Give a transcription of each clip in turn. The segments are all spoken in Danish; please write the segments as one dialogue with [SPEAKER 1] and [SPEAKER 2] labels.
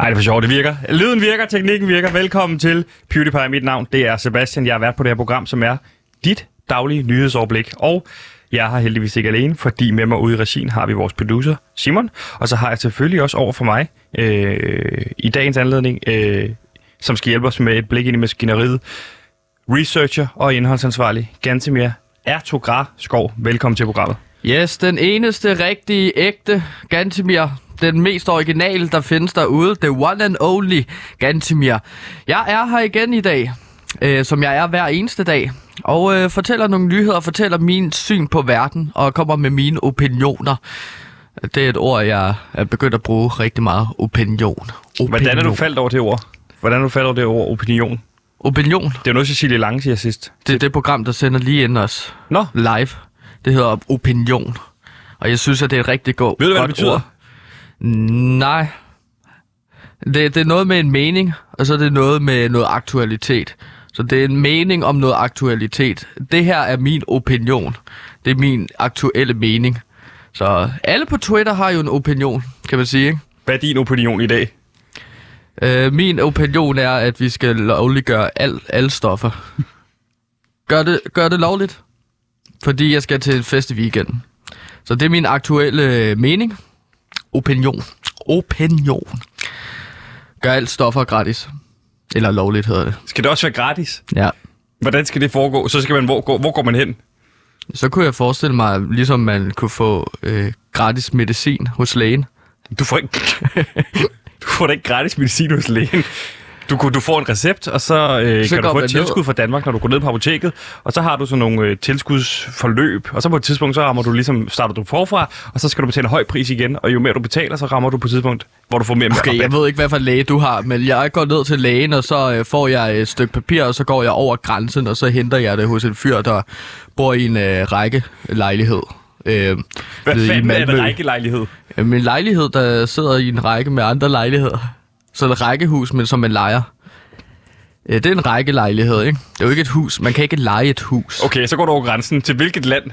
[SPEAKER 1] Ej, det er for sjovt. Det virker. Lyden virker, teknikken virker. Velkommen til PewDiePie. Mit navn det er Sebastian. Jeg har været på det her program, som er dit daglige nyhedsoverblik. Og jeg har heldigvis ikke alene, fordi med mig ude i regien har vi vores producer, Simon. Og så har jeg selvfølgelig også over for mig øh, i dagens anledning, øh, som skal hjælpe os med et blik ind i maskineriet, researcher og indholdsansvarlig Gantemir Ertogra Skov. Velkommen til programmet.
[SPEAKER 2] Yes, den eneste rigtige, ægte Gantemir. Den mest originale, der findes derude. The one and only Gantemir. Jeg er her igen i dag, øh, som jeg er hver eneste dag. Og øh, fortæller nogle nyheder, fortæller min syn på verden, og kommer med mine opinioner. Det er et ord, jeg er begyndt at bruge rigtig meget. Opinion. opinion.
[SPEAKER 1] Hvordan er du faldt over det ord? Hvordan er du faldt over det ord opinion?
[SPEAKER 2] Opinion.
[SPEAKER 1] Det er jo noget, Cecilie Lange siger sidst.
[SPEAKER 2] Det er det program, der sender lige ind os
[SPEAKER 1] Nå,
[SPEAKER 2] live. Det hedder Opinion. Og jeg synes, at det er et rigtig godt
[SPEAKER 1] Ved du, hvad det
[SPEAKER 2] godt
[SPEAKER 1] betyder?
[SPEAKER 2] Ord. Nej. Det, det er noget med en mening, og så er det noget med noget aktualitet. Så det er en mening om noget aktualitet. Det her er min opinion. Det er min aktuelle mening. Så alle på Twitter har jo en opinion, kan man sige. Ikke?
[SPEAKER 1] Hvad er din opinion i dag?
[SPEAKER 2] Øh, min opinion er, at vi skal lovliggøre al, alle stoffer. Gør det, gør det lovligt, fordi jeg skal til en fest i weekenden. Så det er min aktuelle øh, mening. Opinion. Opinion. Gør alt stoffer gratis. Eller lovligt hedder det.
[SPEAKER 1] Skal det også være gratis?
[SPEAKER 2] Ja.
[SPEAKER 1] Hvordan skal det foregå? Så skal man, hvor, gå, hvor går man hen?
[SPEAKER 2] Så kunne jeg forestille mig, ligesom man kunne få øh, gratis medicin hos lægen.
[SPEAKER 1] Du får ikke, du får da ikke gratis medicin hos lægen. Du, kunne- du får en recept, og så, øh,
[SPEAKER 2] Så
[SPEAKER 1] så kan du
[SPEAKER 2] går
[SPEAKER 1] få
[SPEAKER 2] man
[SPEAKER 1] et tilskud
[SPEAKER 2] ned.
[SPEAKER 1] fra Danmark, når du går ned på apoteket. Og så har du sådan nogle øh, tilskudsforløb. Og så på et tidspunkt, så rammer du ligesom, starter du forfra, og så skal du betale en høj pris igen. Og jo mere du betaler, så rammer du på et tidspunkt, hvor du får mere
[SPEAKER 2] Okay, jeg
[SPEAKER 1] rabat.
[SPEAKER 2] ved ikke, hvad for en læge du har, men jeg går ned til lægen, og så øh, får jeg et stykke papir, og så går jeg over grænsen, og så henter jeg det hos en fyr, der bor i en øh, række lejlighed. Øh,
[SPEAKER 1] Hvad
[SPEAKER 2] nede i
[SPEAKER 1] fanden er det
[SPEAKER 2] Malmø.
[SPEAKER 1] række lejlighed?
[SPEAKER 2] Øh, Min lejlighed, der sidder i en række med andre lejligheder. Så et rækkehus, men som man lejer. Øh, det er en række lejlighed, ikke? Det er jo ikke et hus. Man kan ikke leje et hus. Okay.
[SPEAKER 1] Okay, så går du over grænsen. Til hvilket land?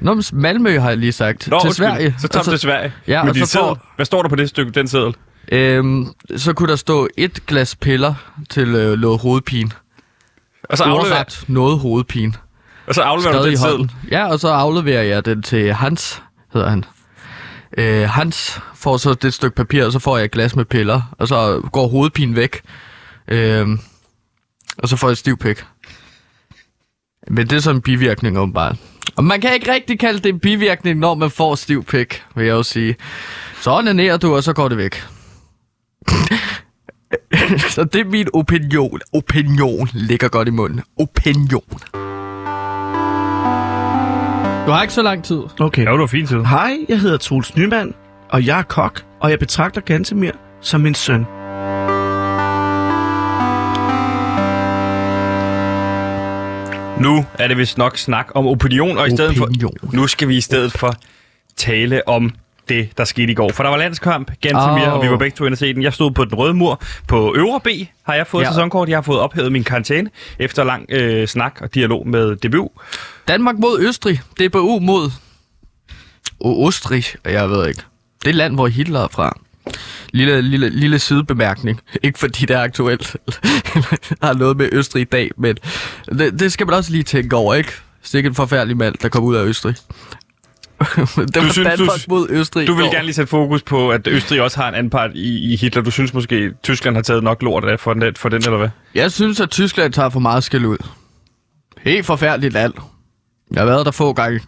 [SPEAKER 2] Nå, men Malmø har jeg lige sagt.
[SPEAKER 1] Nå,
[SPEAKER 2] til
[SPEAKER 1] undskyld.
[SPEAKER 2] Sverige. Altså-
[SPEAKER 1] Så tager du til Sverige.
[SPEAKER 2] Ja,
[SPEAKER 1] Med
[SPEAKER 2] og
[SPEAKER 1] din
[SPEAKER 2] så får-
[SPEAKER 1] seddel. Hvad står der på det stykke, den seddel?
[SPEAKER 2] Øhm, så kunne der stå et glas piller til øh, lå hovedpine.
[SPEAKER 1] Og så afleverer,
[SPEAKER 2] Ordret noget hovedpine.
[SPEAKER 1] og så afleverer du
[SPEAKER 2] skrevet
[SPEAKER 1] den
[SPEAKER 2] i
[SPEAKER 1] seddel.
[SPEAKER 2] hånden. Ja, og så afleverer jeg den til Hans, hedder han. Øh, Hans får så det stykke papir, og så får jeg et glas med piller, og så går hovedpinen væk. Øh, og så får jeg stiv pik. Men det er sådan en bivirkning åbenbart. Og man kan ikke rigtig kalde det en bivirkning, når man får stiv pik, vil jeg jo sige. Så onanerer du, og så går det væk. så det er min opinion. Opinion ligger godt i munden. Opinion. Du har ikke så lang tid.
[SPEAKER 3] Okay.
[SPEAKER 1] Ja, det var fint tid.
[SPEAKER 3] Hej, jeg hedder Troels Nymand, og jeg er kok, og jeg betragter Gantemir som min søn.
[SPEAKER 1] Nu er det vist nok snak om opinion, og i stedet
[SPEAKER 2] Opinion.
[SPEAKER 1] for, nu skal vi i stedet for tale om det, der skete i går. For der var landskamp, Gantemir, oh.
[SPEAKER 2] Åh.
[SPEAKER 1] og vi var begge to inde og se den. Jeg stod på den røde mur på Øvre B, har jeg fået
[SPEAKER 2] Ja.
[SPEAKER 1] ja. sæsonkort. Jeg har fået ophævet min karantæne efter lang øh, snak og dialog med DBU.
[SPEAKER 2] Danmark mod Østrig. DBU mod O- Østrig. Jeg ved ikke. Det er land, hvor Hitler er fra. Lille, lille, lille sidebemærkning. Ikke fordi det er aktuelt. eller har noget med Østrig i dag, men det, det skal man også lige tænke over, ikke? Sikke en forfærdelig mand, der kom ud af Østrig. det var
[SPEAKER 1] synes, du-
[SPEAKER 2] Danmark mod Østrig.
[SPEAKER 1] Du vil
[SPEAKER 2] i går.
[SPEAKER 1] gerne lige sætte fokus på, at Østrig også har en anden part i, i Hitler. Du synes måske, at Tyskland har taget nok lort af for den, for den eller hvad?
[SPEAKER 2] Jeg synes, at Tyskland tager for meget skæld ud. Helt forfærdeligt land. Jeg har været der få gange.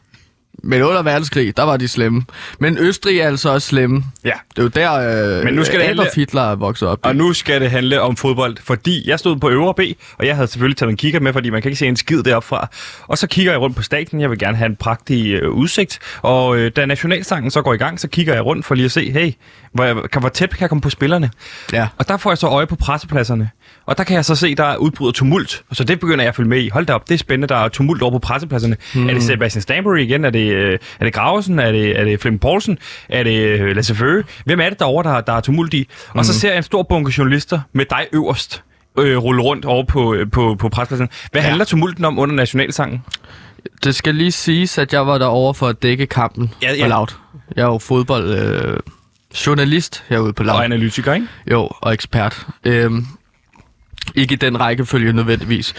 [SPEAKER 2] Men under verdenskrig, der var de slemme. Men Østrig er altså også slemme.
[SPEAKER 1] Ja,
[SPEAKER 2] Det er jo der, øh,
[SPEAKER 1] Men nu skal det
[SPEAKER 2] Adolf
[SPEAKER 1] handle-
[SPEAKER 2] Hitler er vokset op.
[SPEAKER 1] Og nu skal det handle om fodbold, fordi jeg stod på øvre B, og jeg havde selvfølgelig taget en kigger med, fordi man kan ikke se en skid deropfra. Og så kigger jeg rundt på stadion, jeg vil gerne have en prægtig øh, udsigt, og øh, da nationalsangen så går i gang, så kigger jeg rundt for lige at se, hey, hvor, kan, hvor tæt kan jeg komme på spillerne?
[SPEAKER 2] Ja.
[SPEAKER 1] Og der får jeg så øje på pressepladserne. Og der kan jeg så se, der er udbrudt tumult. Så det begynder jeg at følge med i. Hold da op, det er spændende, der er tumult over på pressepladserne. Mm. Er det Sebastian Stanbury igen? Er det, øh, er det Gravesen? Er det, er det Flemming Poulsen? Er det øh, Lasse Føge? Hvem er det derovre, der, der er tumult i? Og så ser jeg en stor bunke journalister med dig øverst. Øh, rulle rundt over på, øh, på, på pressepladsen. Hvad ja. handler tumulten om under nationalsangen?
[SPEAKER 2] Det skal lige siges, at jeg var derovre for at dække kampen
[SPEAKER 1] Ja, ja.
[SPEAKER 2] for Loud. Jeg er jo fodbold, øh, journalist herude på
[SPEAKER 1] Og
[SPEAKER 2] lavet.
[SPEAKER 1] analytiker, ikke?
[SPEAKER 2] Jo, og ekspert. Øhm, ikke i den rækkefølge nødvendigvis.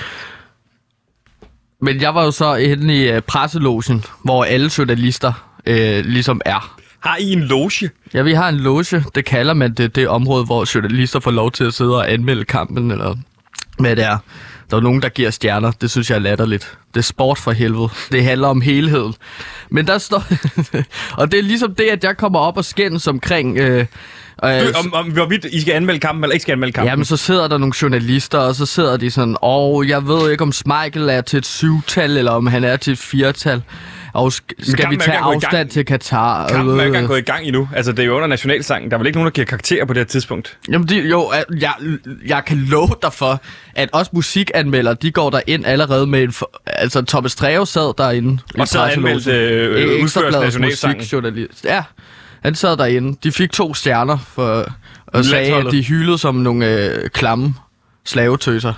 [SPEAKER 2] Men jeg var jo så inde i øh, presselogen, hvor alle journalister øh, ligesom er.
[SPEAKER 1] Har I en loge?
[SPEAKER 2] Ja, vi har en loge, det kalder man det, det område, hvor journalister får lov til at sidde og anmelde kampen, eller hvad det er. Der er nogen, der giver stjerner, det synes jeg er latterligt. Det er sport for helvede. Det handler om helheden. Men der står... og det er ligesom det, at jeg kommer op og skændes omkring... Øh, øh,
[SPEAKER 1] Du, om, om, hvorvidt I skal anmelde kampen, eller ikke skal anmelde kampen?
[SPEAKER 2] Jamen, så sidder der nogle journalister, og så sidder de sådan, åh, oh, jeg ved ikke, om Schmeichel er til et syvtal, eller om han er til et firtal. Og sk- skal
[SPEAKER 1] kampen
[SPEAKER 2] vi
[SPEAKER 1] er jo ikke engang
[SPEAKER 2] tage
[SPEAKER 1] gået i
[SPEAKER 2] afstand
[SPEAKER 1] gang.
[SPEAKER 2] til Katar?
[SPEAKER 1] Kampen er ikke engang
[SPEAKER 2] Øh,
[SPEAKER 1] gået i gang endnu. Altså, det er jo under nationalsangen. Der er vel ikke nogen, der giver karakterer på det her tidspunkt.
[SPEAKER 2] Jamen, de, jo, at jeg, jeg kan love dig for, at også musikanmeldere, de går der ind allerede med en... For, altså, Thomas Treve sad derinde. i
[SPEAKER 1] Og så
[SPEAKER 2] presselogen.
[SPEAKER 1] anmeldte øh,
[SPEAKER 2] Ekstra
[SPEAKER 1] udførelsen af
[SPEAKER 2] Bladets
[SPEAKER 1] nationalsangen.
[SPEAKER 2] musikjournalist. Ja, han sad derinde. De fik to stjerner for øh, og sagde, at
[SPEAKER 1] Landsholdet.
[SPEAKER 2] de hylede som nogle øh, klamme slavetøser.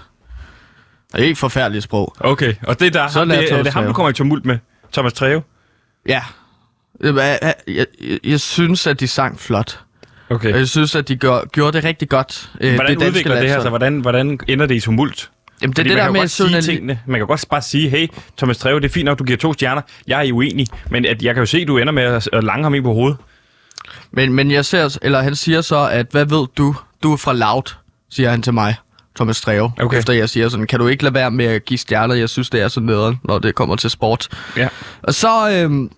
[SPEAKER 2] Og ikke forfærdeligt sprog.
[SPEAKER 1] Okay, og det er der,
[SPEAKER 2] Så
[SPEAKER 1] ham,
[SPEAKER 2] lader
[SPEAKER 1] det, er
[SPEAKER 2] Thomas
[SPEAKER 1] det ham, du
[SPEAKER 2] Treve.
[SPEAKER 1] kommer i tumult med. Thomas Treve.
[SPEAKER 2] Ja. Jeg, jeg, jeg, jeg synes, at de sang flot.
[SPEAKER 1] Okay.
[SPEAKER 2] Og jeg synes, at de gør, gjorde det rigtig godt. Øh,
[SPEAKER 1] Øh, Hvordan det
[SPEAKER 2] danske
[SPEAKER 1] udvikler det her
[SPEAKER 2] landshold.
[SPEAKER 1] sig? Hvordan, hvordan ender det i tumult?
[SPEAKER 2] Jamen, det er
[SPEAKER 1] Fordi man
[SPEAKER 2] det der
[SPEAKER 1] kan jo
[SPEAKER 2] med
[SPEAKER 1] godt sige
[SPEAKER 2] journali-
[SPEAKER 1] tingene. Man kan jo godt bare sige, hey, Thomas Treve, det er fint nok, du giver to stjerner. Jeg er uenig, men at jeg kan jo se, at du ender med at at lange ham ind på hovedet.
[SPEAKER 2] Men, men jeg ser, eller han siger så, at hvad ved du? Du er fra Loud, siger han til mig, Thomas Treve.
[SPEAKER 1] Okay.
[SPEAKER 2] Efter jeg siger sådan, kan du ikke lade være med at give stjerner? Jeg synes, det er så nederen, når det kommer til sport.
[SPEAKER 1] Ja.
[SPEAKER 2] Og så, øhm,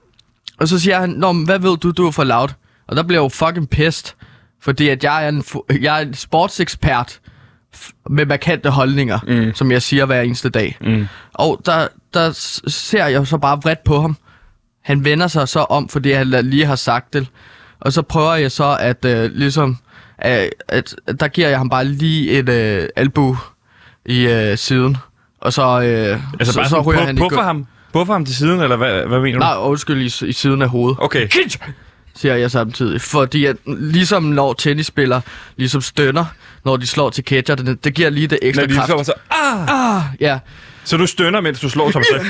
[SPEAKER 2] og så siger han, Nå, men hvad ved du, du er fra Loud? Og der bliver jeg jo fucking pest, fordi at jeg er en, fu- jeg er en sportsekspert f- med markante holdninger, mm. som jeg siger hver eneste dag. Mm. Og der, der s- ser jeg så bare vredt på ham. Han vender sig så om, fordi han la- lige har sagt det. Og så prøver jeg så at øh, ligesom, øh, at, at der giver jeg ham bare lige et øh, albu i øh, siden. Og så, øh,
[SPEAKER 1] Altså
[SPEAKER 2] så,
[SPEAKER 1] bare
[SPEAKER 2] så
[SPEAKER 1] sådan,
[SPEAKER 2] ryger
[SPEAKER 1] pu-
[SPEAKER 2] han i
[SPEAKER 1] puffer
[SPEAKER 2] gulvet.
[SPEAKER 1] ham. Puffer ham til siden, eller hvad, hvad mener du?
[SPEAKER 2] Nej, undskyld, i, s- i siden af hovedet
[SPEAKER 1] Okay.
[SPEAKER 2] siger jeg samtidig. Fordi at, ligesom når tennisspillere ligesom stønner, når de slår til catcher, det, det giver lige det
[SPEAKER 1] Når
[SPEAKER 2] ekstra
[SPEAKER 1] de
[SPEAKER 2] kraft.
[SPEAKER 1] slår, så, ah!
[SPEAKER 2] Ja.
[SPEAKER 1] så du stønner, mens du slår Thomas Treve.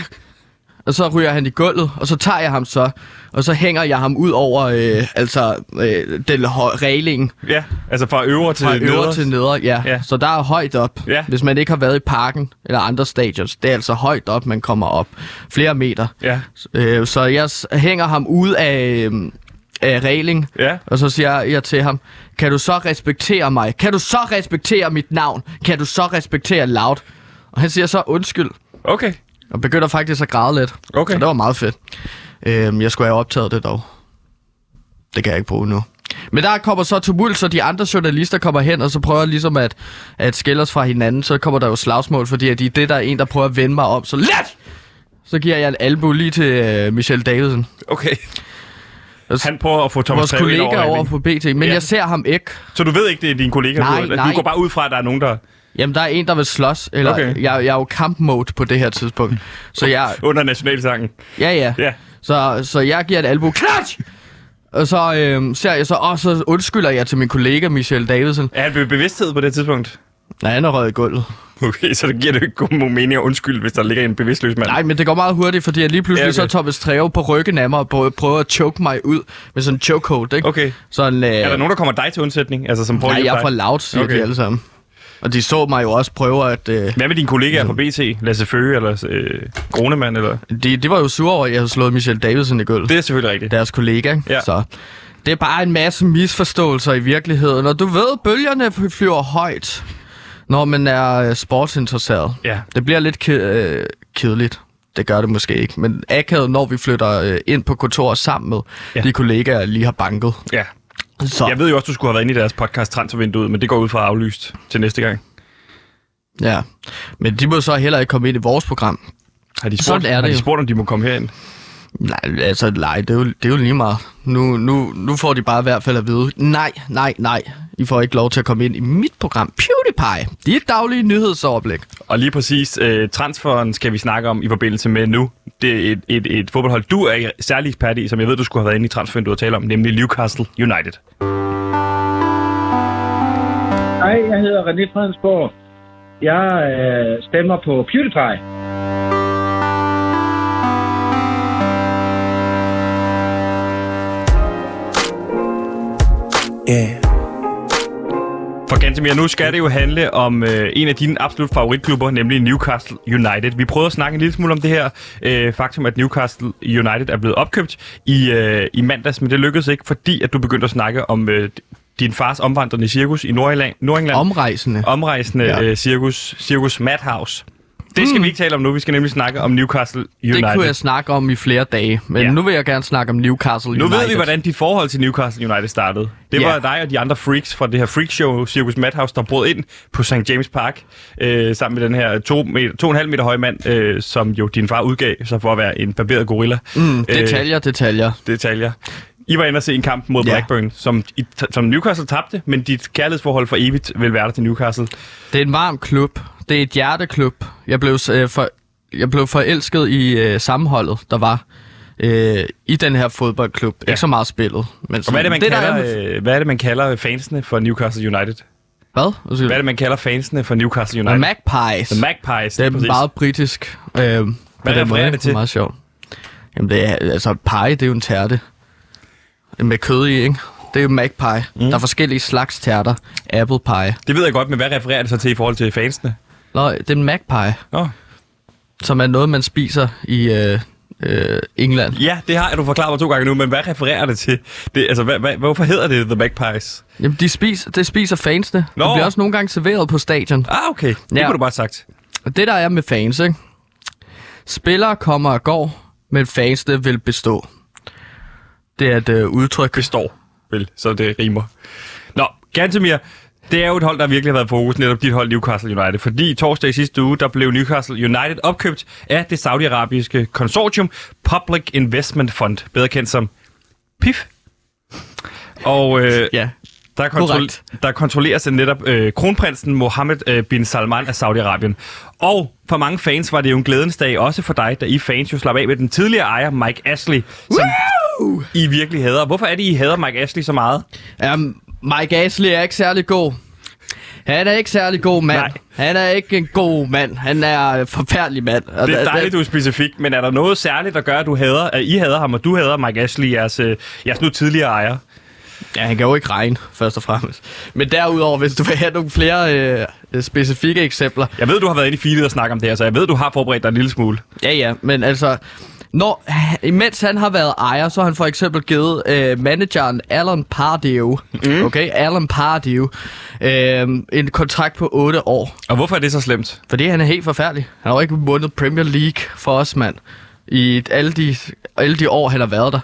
[SPEAKER 2] Og så ryger han i gulvet, og så tager jeg ham så, og så hænger jeg ham ud over øh, altså, øh, den hø- reglingen
[SPEAKER 1] Ja, altså fra øvre til
[SPEAKER 2] fra øvre
[SPEAKER 1] nedre.
[SPEAKER 2] til nedre. Ja.
[SPEAKER 1] Ja.
[SPEAKER 2] ja. Så der er højt op.
[SPEAKER 1] Ja.
[SPEAKER 2] Hvis man ikke har været i parken eller andre stadions, det er altså højt op, man kommer op. Flere meter.
[SPEAKER 1] Ja,
[SPEAKER 2] Øh, så jeg s- hænger ham ud af, øh, af regling,
[SPEAKER 1] ja.
[SPEAKER 2] Og så siger jeg til ham, kan du så respektere mig? Kan du så respektere mit navn? Kan du så respektere Loud? Og han siger så undskyld,
[SPEAKER 1] Okay.
[SPEAKER 2] og begynder faktisk at græde lidt.
[SPEAKER 1] Okay.
[SPEAKER 2] Så det var meget fedt. Øhm, jeg skulle have optaget det dog. Det kan jeg ikke bruge nu. Men der kommer så tumult, så de andre journalister kommer hen, og så prøver ligesom at, at skille os fra hinanden. Så kommer der jo slagsmål, fordi at i det, der er en, der prøver at vende mig om. Så let! Så giver jeg en albu lige til øh, Michelle Davidsen.
[SPEAKER 1] Okay.
[SPEAKER 2] Altså,
[SPEAKER 1] Han prøver at få Thomas
[SPEAKER 2] Vores
[SPEAKER 1] Treve ind
[SPEAKER 2] kollega
[SPEAKER 1] over,
[SPEAKER 2] over
[SPEAKER 1] over
[SPEAKER 2] på BT, men
[SPEAKER 1] Ja.
[SPEAKER 2] jeg ser ham ikke.
[SPEAKER 1] Så du ved ikke, det er din kollega?
[SPEAKER 2] Nej,
[SPEAKER 1] du, ved-
[SPEAKER 2] nej.
[SPEAKER 1] du går bare ud fra, at der er nogen, der
[SPEAKER 2] Jamen, der er en, der vil slås. Eller,
[SPEAKER 1] Okay.
[SPEAKER 2] okay. jeg, jeg er jo kampmode på det her tidspunkt. Så jeg...
[SPEAKER 1] under nationalsangen.
[SPEAKER 2] Ja, ja.
[SPEAKER 1] Ja.
[SPEAKER 2] Så, så jeg giver et albu. Klatsch! Og så øhm, ser jeg så... Og så undskylder jeg til min kollega, Michelle Davidsen.
[SPEAKER 1] Er han ved bevidsthed på det tidspunkt?
[SPEAKER 2] Nej, han er røget i gulvet.
[SPEAKER 1] Okay, så det giver det jo ikke god mening at undskylde, hvis der ligger en bevidstløs mand.
[SPEAKER 2] Nej, men det går meget hurtigt, fordi jeg lige pludselig
[SPEAKER 1] Ja,
[SPEAKER 2] ja,
[SPEAKER 1] okay.
[SPEAKER 2] okay. så er Thomas Treve på ryggen af mig og prøver prøver at choke mig ud med sådan en chokehold, ikke?
[SPEAKER 1] Okay.
[SPEAKER 2] Sådan, øh,
[SPEAKER 1] Er der nogen, der kommer dig til undsætning? Altså, som prøver at
[SPEAKER 2] Nej,
[SPEAKER 1] hjælpe
[SPEAKER 2] jeg er for
[SPEAKER 1] dig?
[SPEAKER 2] loud, siger
[SPEAKER 1] Okay.
[SPEAKER 2] okay. de alle sammen. Og de så mig jo også prøve at... Øh,
[SPEAKER 1] Hvad med dine kollegaer fra BT? Lasse Føge eller øh, Gronemann? Eller?
[SPEAKER 2] de, de var jo sure over, at jeg havde slået Michelle Davidsen i gulvet.
[SPEAKER 1] Det er selvfølgelig rigtigt.
[SPEAKER 2] deres kollega. ikke?
[SPEAKER 1] Ja.
[SPEAKER 2] Så det er bare en masse misforståelser i virkeligheden. Og du ved, bølgerne flyver højt, når man er øh, sportsinteresseret.
[SPEAKER 1] Ja.
[SPEAKER 2] Det bliver lidt ke- øh, kedeligt. Det gør det måske ikke. Men akavet, når vi flytter øh, ind på kontoret sammen med
[SPEAKER 1] Ja.
[SPEAKER 2] ja. de kollegaer, jeg lige har banket.
[SPEAKER 1] ja.
[SPEAKER 2] Så,
[SPEAKER 1] Jeg ved jo også, du skulle have været inde i deres podcast Transfervinduet, men det går ud fra aflyst til næste gang.
[SPEAKER 2] ja. Men de må så heller ikke komme ind i vores program.
[SPEAKER 1] Har de spurgt,
[SPEAKER 2] Sådan er
[SPEAKER 1] har
[SPEAKER 2] det
[SPEAKER 1] de
[SPEAKER 2] jo.
[SPEAKER 1] spurgt om de må komme herind?
[SPEAKER 2] Nej, altså nej, det er jo, det er jo lige meget. Nu, nu, nu får de bare i hvert fald at vide, nej, nej, nej, I får ikke lov til at komme ind i mit program, PewDiePie. Dit daglige nyhedsoverblik.
[SPEAKER 1] Og lige præcis øh, transferen skal vi snakke om i forbindelse med nu. Det er et, et, et fodboldhold, du er særlig ekspert i, som jeg ved, du skulle have været inde i transfervinduet og tale om, nemlig Newcastle United.
[SPEAKER 4] Hej, jeg hedder René Fredensborg. Jeg øh, stemmer på PewDiePie.
[SPEAKER 5] Yeah.
[SPEAKER 1] For Gantemir, nu skal det jo handle om øh, en af dine absolut favoritklubber, nemlig Newcastle United. Vi prøvede at snakke en lille smule om det her øh, faktum, at Newcastle United er blevet opkøbt i, øh, i mandags, men det lykkedes ikke, fordi at du begyndte at snakke om øh, din fars omvandrende cirkus i Nordjylland, Nordengland.
[SPEAKER 2] Omrejsende.
[SPEAKER 1] Omrejsende ja.
[SPEAKER 2] Ja.
[SPEAKER 1] øh, cirkus, cirkus Madhouse. Det skal mm. vi ikke tale om nu, vi skal nemlig snakke om Newcastle United.
[SPEAKER 2] Det kunne jeg snakke om i flere dage, men
[SPEAKER 1] Ja.
[SPEAKER 2] ja. nu vil jeg gerne snakke om Newcastle
[SPEAKER 1] Nu
[SPEAKER 2] United.
[SPEAKER 1] ved vi, hvordan dit forhold til Newcastle United startede. Det
[SPEAKER 2] Ja.
[SPEAKER 1] var dig og de andre freaks fra det her freakshow, Circus Madhouse, der brød ind på St. James Park, øh, sammen med den her 2,5 meter, to og en halv meter høje mand, øh, som jo din far udgav sig for at være en barberet gorilla.
[SPEAKER 2] Mm, detaljer, detaljer.
[SPEAKER 1] Øh, detaljer. I var inde og se en kamp mod
[SPEAKER 2] Ja.
[SPEAKER 1] Blackburn, som, I, som Newcastle tabte, men dit kærlighedsforhold for evigt vil være der til Newcastle.
[SPEAKER 2] Det er en varm klub. Det er et hjerteklub. Jeg blev, øh, for, jeg blev forelsket i øh, sammenholdet, der var øh, i den her fodboldklub. Ja. Ikke så meget spillet. Men
[SPEAKER 1] Og hvad er det, man, det,
[SPEAKER 2] der
[SPEAKER 1] kalder,
[SPEAKER 2] er med-
[SPEAKER 1] øh, hvad er det, man kalder fansene for Newcastle United?
[SPEAKER 2] Hvad?
[SPEAKER 1] Hvad er
[SPEAKER 2] Hvad
[SPEAKER 1] det, man kalder fansene for Newcastle United?
[SPEAKER 2] Magpies.
[SPEAKER 1] The Magpies.
[SPEAKER 2] Det er
[SPEAKER 1] præcis.
[SPEAKER 2] meget britisk. Øh, Hvad
[SPEAKER 1] refererer det til?
[SPEAKER 2] Det er meget sjovt. Jamen, det er, altså, pie, det er jo en tærte. Med kød i, ikke? Det er jo magpie. Mm. Der er forskellige slags tærter. Apple pie.
[SPEAKER 1] Det ved jeg godt, men hvad refererer det så til i forhold til fansene?
[SPEAKER 2] Nå, det er en magpie,
[SPEAKER 1] Nå.
[SPEAKER 2] som er noget, man spiser i øh, øh, England.
[SPEAKER 1] Ja, det har du forklaret mig to gange nu, men hvad refererer det til? Det, altså, hvad, hvad, hvorfor hedder det The Magpies?
[SPEAKER 2] Jamen, de spiser, det spiser fansene.
[SPEAKER 1] Nå.
[SPEAKER 2] Nå. Det bliver også nogle gange serveret på stadion.
[SPEAKER 1] Ah, okay. Det ja.
[SPEAKER 2] Ja.
[SPEAKER 1] kunne du bare have sagt.
[SPEAKER 2] Og det, der er med fans, ikke? Spillere kommer og går, men fansene vil bestå. Det er et øh, udtryk.
[SPEAKER 1] Består, vel, så det rimer. Nå, Gantemir, det er jo et hold, der virkelig har været i fokus, netop dit hold Newcastle United, fordi torsdag i sidste uge, der blev Newcastle United opkøbt af det saudiarabiske konsortium Public Investment Fund, bedre kendt som PIF. Og øh,
[SPEAKER 2] Ja.
[SPEAKER 1] Der, kontrol-
[SPEAKER 2] Korrekt.
[SPEAKER 1] der kontrolleres af netop øh, kronprinsen Mohammed øh, bin Salman af Saudi-Arabien. Og for mange fans var det jo en glædens dag, også for dig, da I fans jo slap af med den tidligere ejer Mike Ashley, som Woo! I virkelig hader. Hvorfor er det, I hader Mike Ashley så meget?
[SPEAKER 2] Um, Mike Ashley er ikke særlig god. Han er ikke særlig god mand.
[SPEAKER 1] Nej.
[SPEAKER 2] Nej. Han er ikke en god mand. Han er en forfærdelig mand. Og
[SPEAKER 1] Det er
[SPEAKER 2] der-
[SPEAKER 1] dejligt, du er specifik, men er der noget særligt, der gør, at, du hader, at I hader ham, og du hader Mike Ashley, jeres, øh, jeres nu tidligere ejer?
[SPEAKER 2] Ja, han kan jo ikke regne, først og fremmest. Men derudover, hvis du vil have nogle flere øh, øh, specifikke eksempler.
[SPEAKER 1] Jeg ved, du har været inde i feedet og snakket om det her, så jeg ved, du har forberedt dig en lille smule.
[SPEAKER 2] Ja, ja, men altså... Når, imens han har været ejer, så har han for eksempel givet øh, manageren Alan Pardew, mm. okay, Alan Pardew, øh, en kontrakt på 8 år.
[SPEAKER 1] Og hvorfor er det så slemt?
[SPEAKER 2] Fordi han er helt forfærdelig. Han har jo ikke vundet Premier League for os, mand. I alle de, alle de år, han har været der.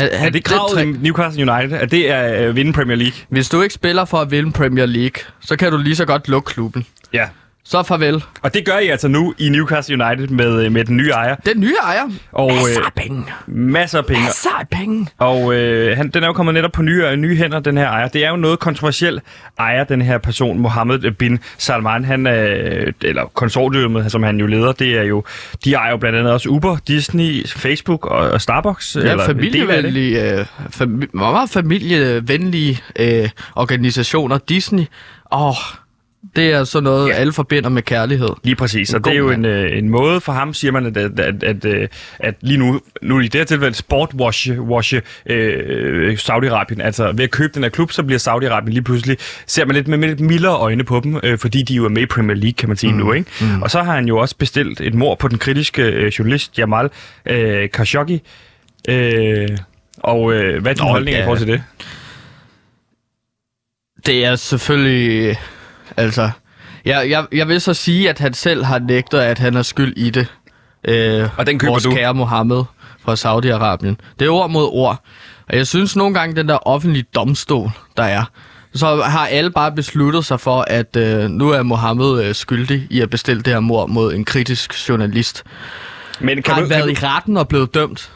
[SPEAKER 2] Han,
[SPEAKER 1] Er det kravet i Newcastle United, at det er øh, vinde Premier League?
[SPEAKER 2] Hvis du ikke spiller for at vinde Premier League, så kan du lige så godt lukke klubben.
[SPEAKER 1] Ja,
[SPEAKER 2] Så farvel.
[SPEAKER 1] Og det gør I altså nu i Newcastle United med, øh, med den nye ejer.
[SPEAKER 2] Den nye ejer.
[SPEAKER 1] Og
[SPEAKER 2] Masser
[SPEAKER 1] øh,
[SPEAKER 2] af penge.
[SPEAKER 1] masser af penge.
[SPEAKER 2] Masser af penge.
[SPEAKER 1] Og øh, han, den er jo kommet netop på nye, nye hænder, den her ejer. Det er jo noget kontroversiel ejer, den her person, Mohammed bin Salman, han, øh, eller konsortiumet, som han jo leder, det er jo, de ejer jo blandt andet også Uber, Disney, Facebook og, og Starbucks.
[SPEAKER 2] Ja,
[SPEAKER 1] en del af det.
[SPEAKER 2] familievenlige, øh, fami- meget, meget familievenlige øh, organisationer. Disney. Åh, oh, det er sådan noget, ja. alle forbinder med kærlighed.
[SPEAKER 1] Lige præcis, og
[SPEAKER 2] En
[SPEAKER 1] det er
[SPEAKER 2] god
[SPEAKER 1] jo en,
[SPEAKER 2] mand.
[SPEAKER 1] øh, en måde for ham, siger man, at, at, at, at, øh, at lige nu, nu i det her tilfælde, sportwashe washe, øh, Saudi-Arabien. Altså ved at købe den her klub, så bliver Saudi-Arabien lige pludselig, ser man lidt med, med lidt mildere øjne på dem, øh, fordi de jo er med i Premier League, kan man sige mm. nu. Ikke? Mm. Og så har han jo også bestilt et mor på den kritiske øh, journalist Jamal øh, Khashoggi. Øh, og øh, hvad er din
[SPEAKER 2] Nå,
[SPEAKER 1] holdning ja. i
[SPEAKER 2] ja.
[SPEAKER 1] forhold til det?
[SPEAKER 2] Det er selvfølgelig... Altså... Jeg, jeg, jeg vil så sige, at han selv har nægtet, at han er skyld i det. Øh,
[SPEAKER 1] Og den køber
[SPEAKER 2] vores
[SPEAKER 1] du?
[SPEAKER 2] kære Mohammed fra Saudi-Arabien. Det er ord mod ord. Og jeg synes nogle gange, den der offentlige domstol, der er, så har alle bare besluttet sig for, at øh, nu er Mohammed øh, skyldig i at bestille det her mor mod en kritisk journalist.
[SPEAKER 1] Men
[SPEAKER 2] Kan
[SPEAKER 1] kan
[SPEAKER 2] har
[SPEAKER 1] du,
[SPEAKER 2] han været
[SPEAKER 1] kan du,
[SPEAKER 2] i retten og blevet dømt?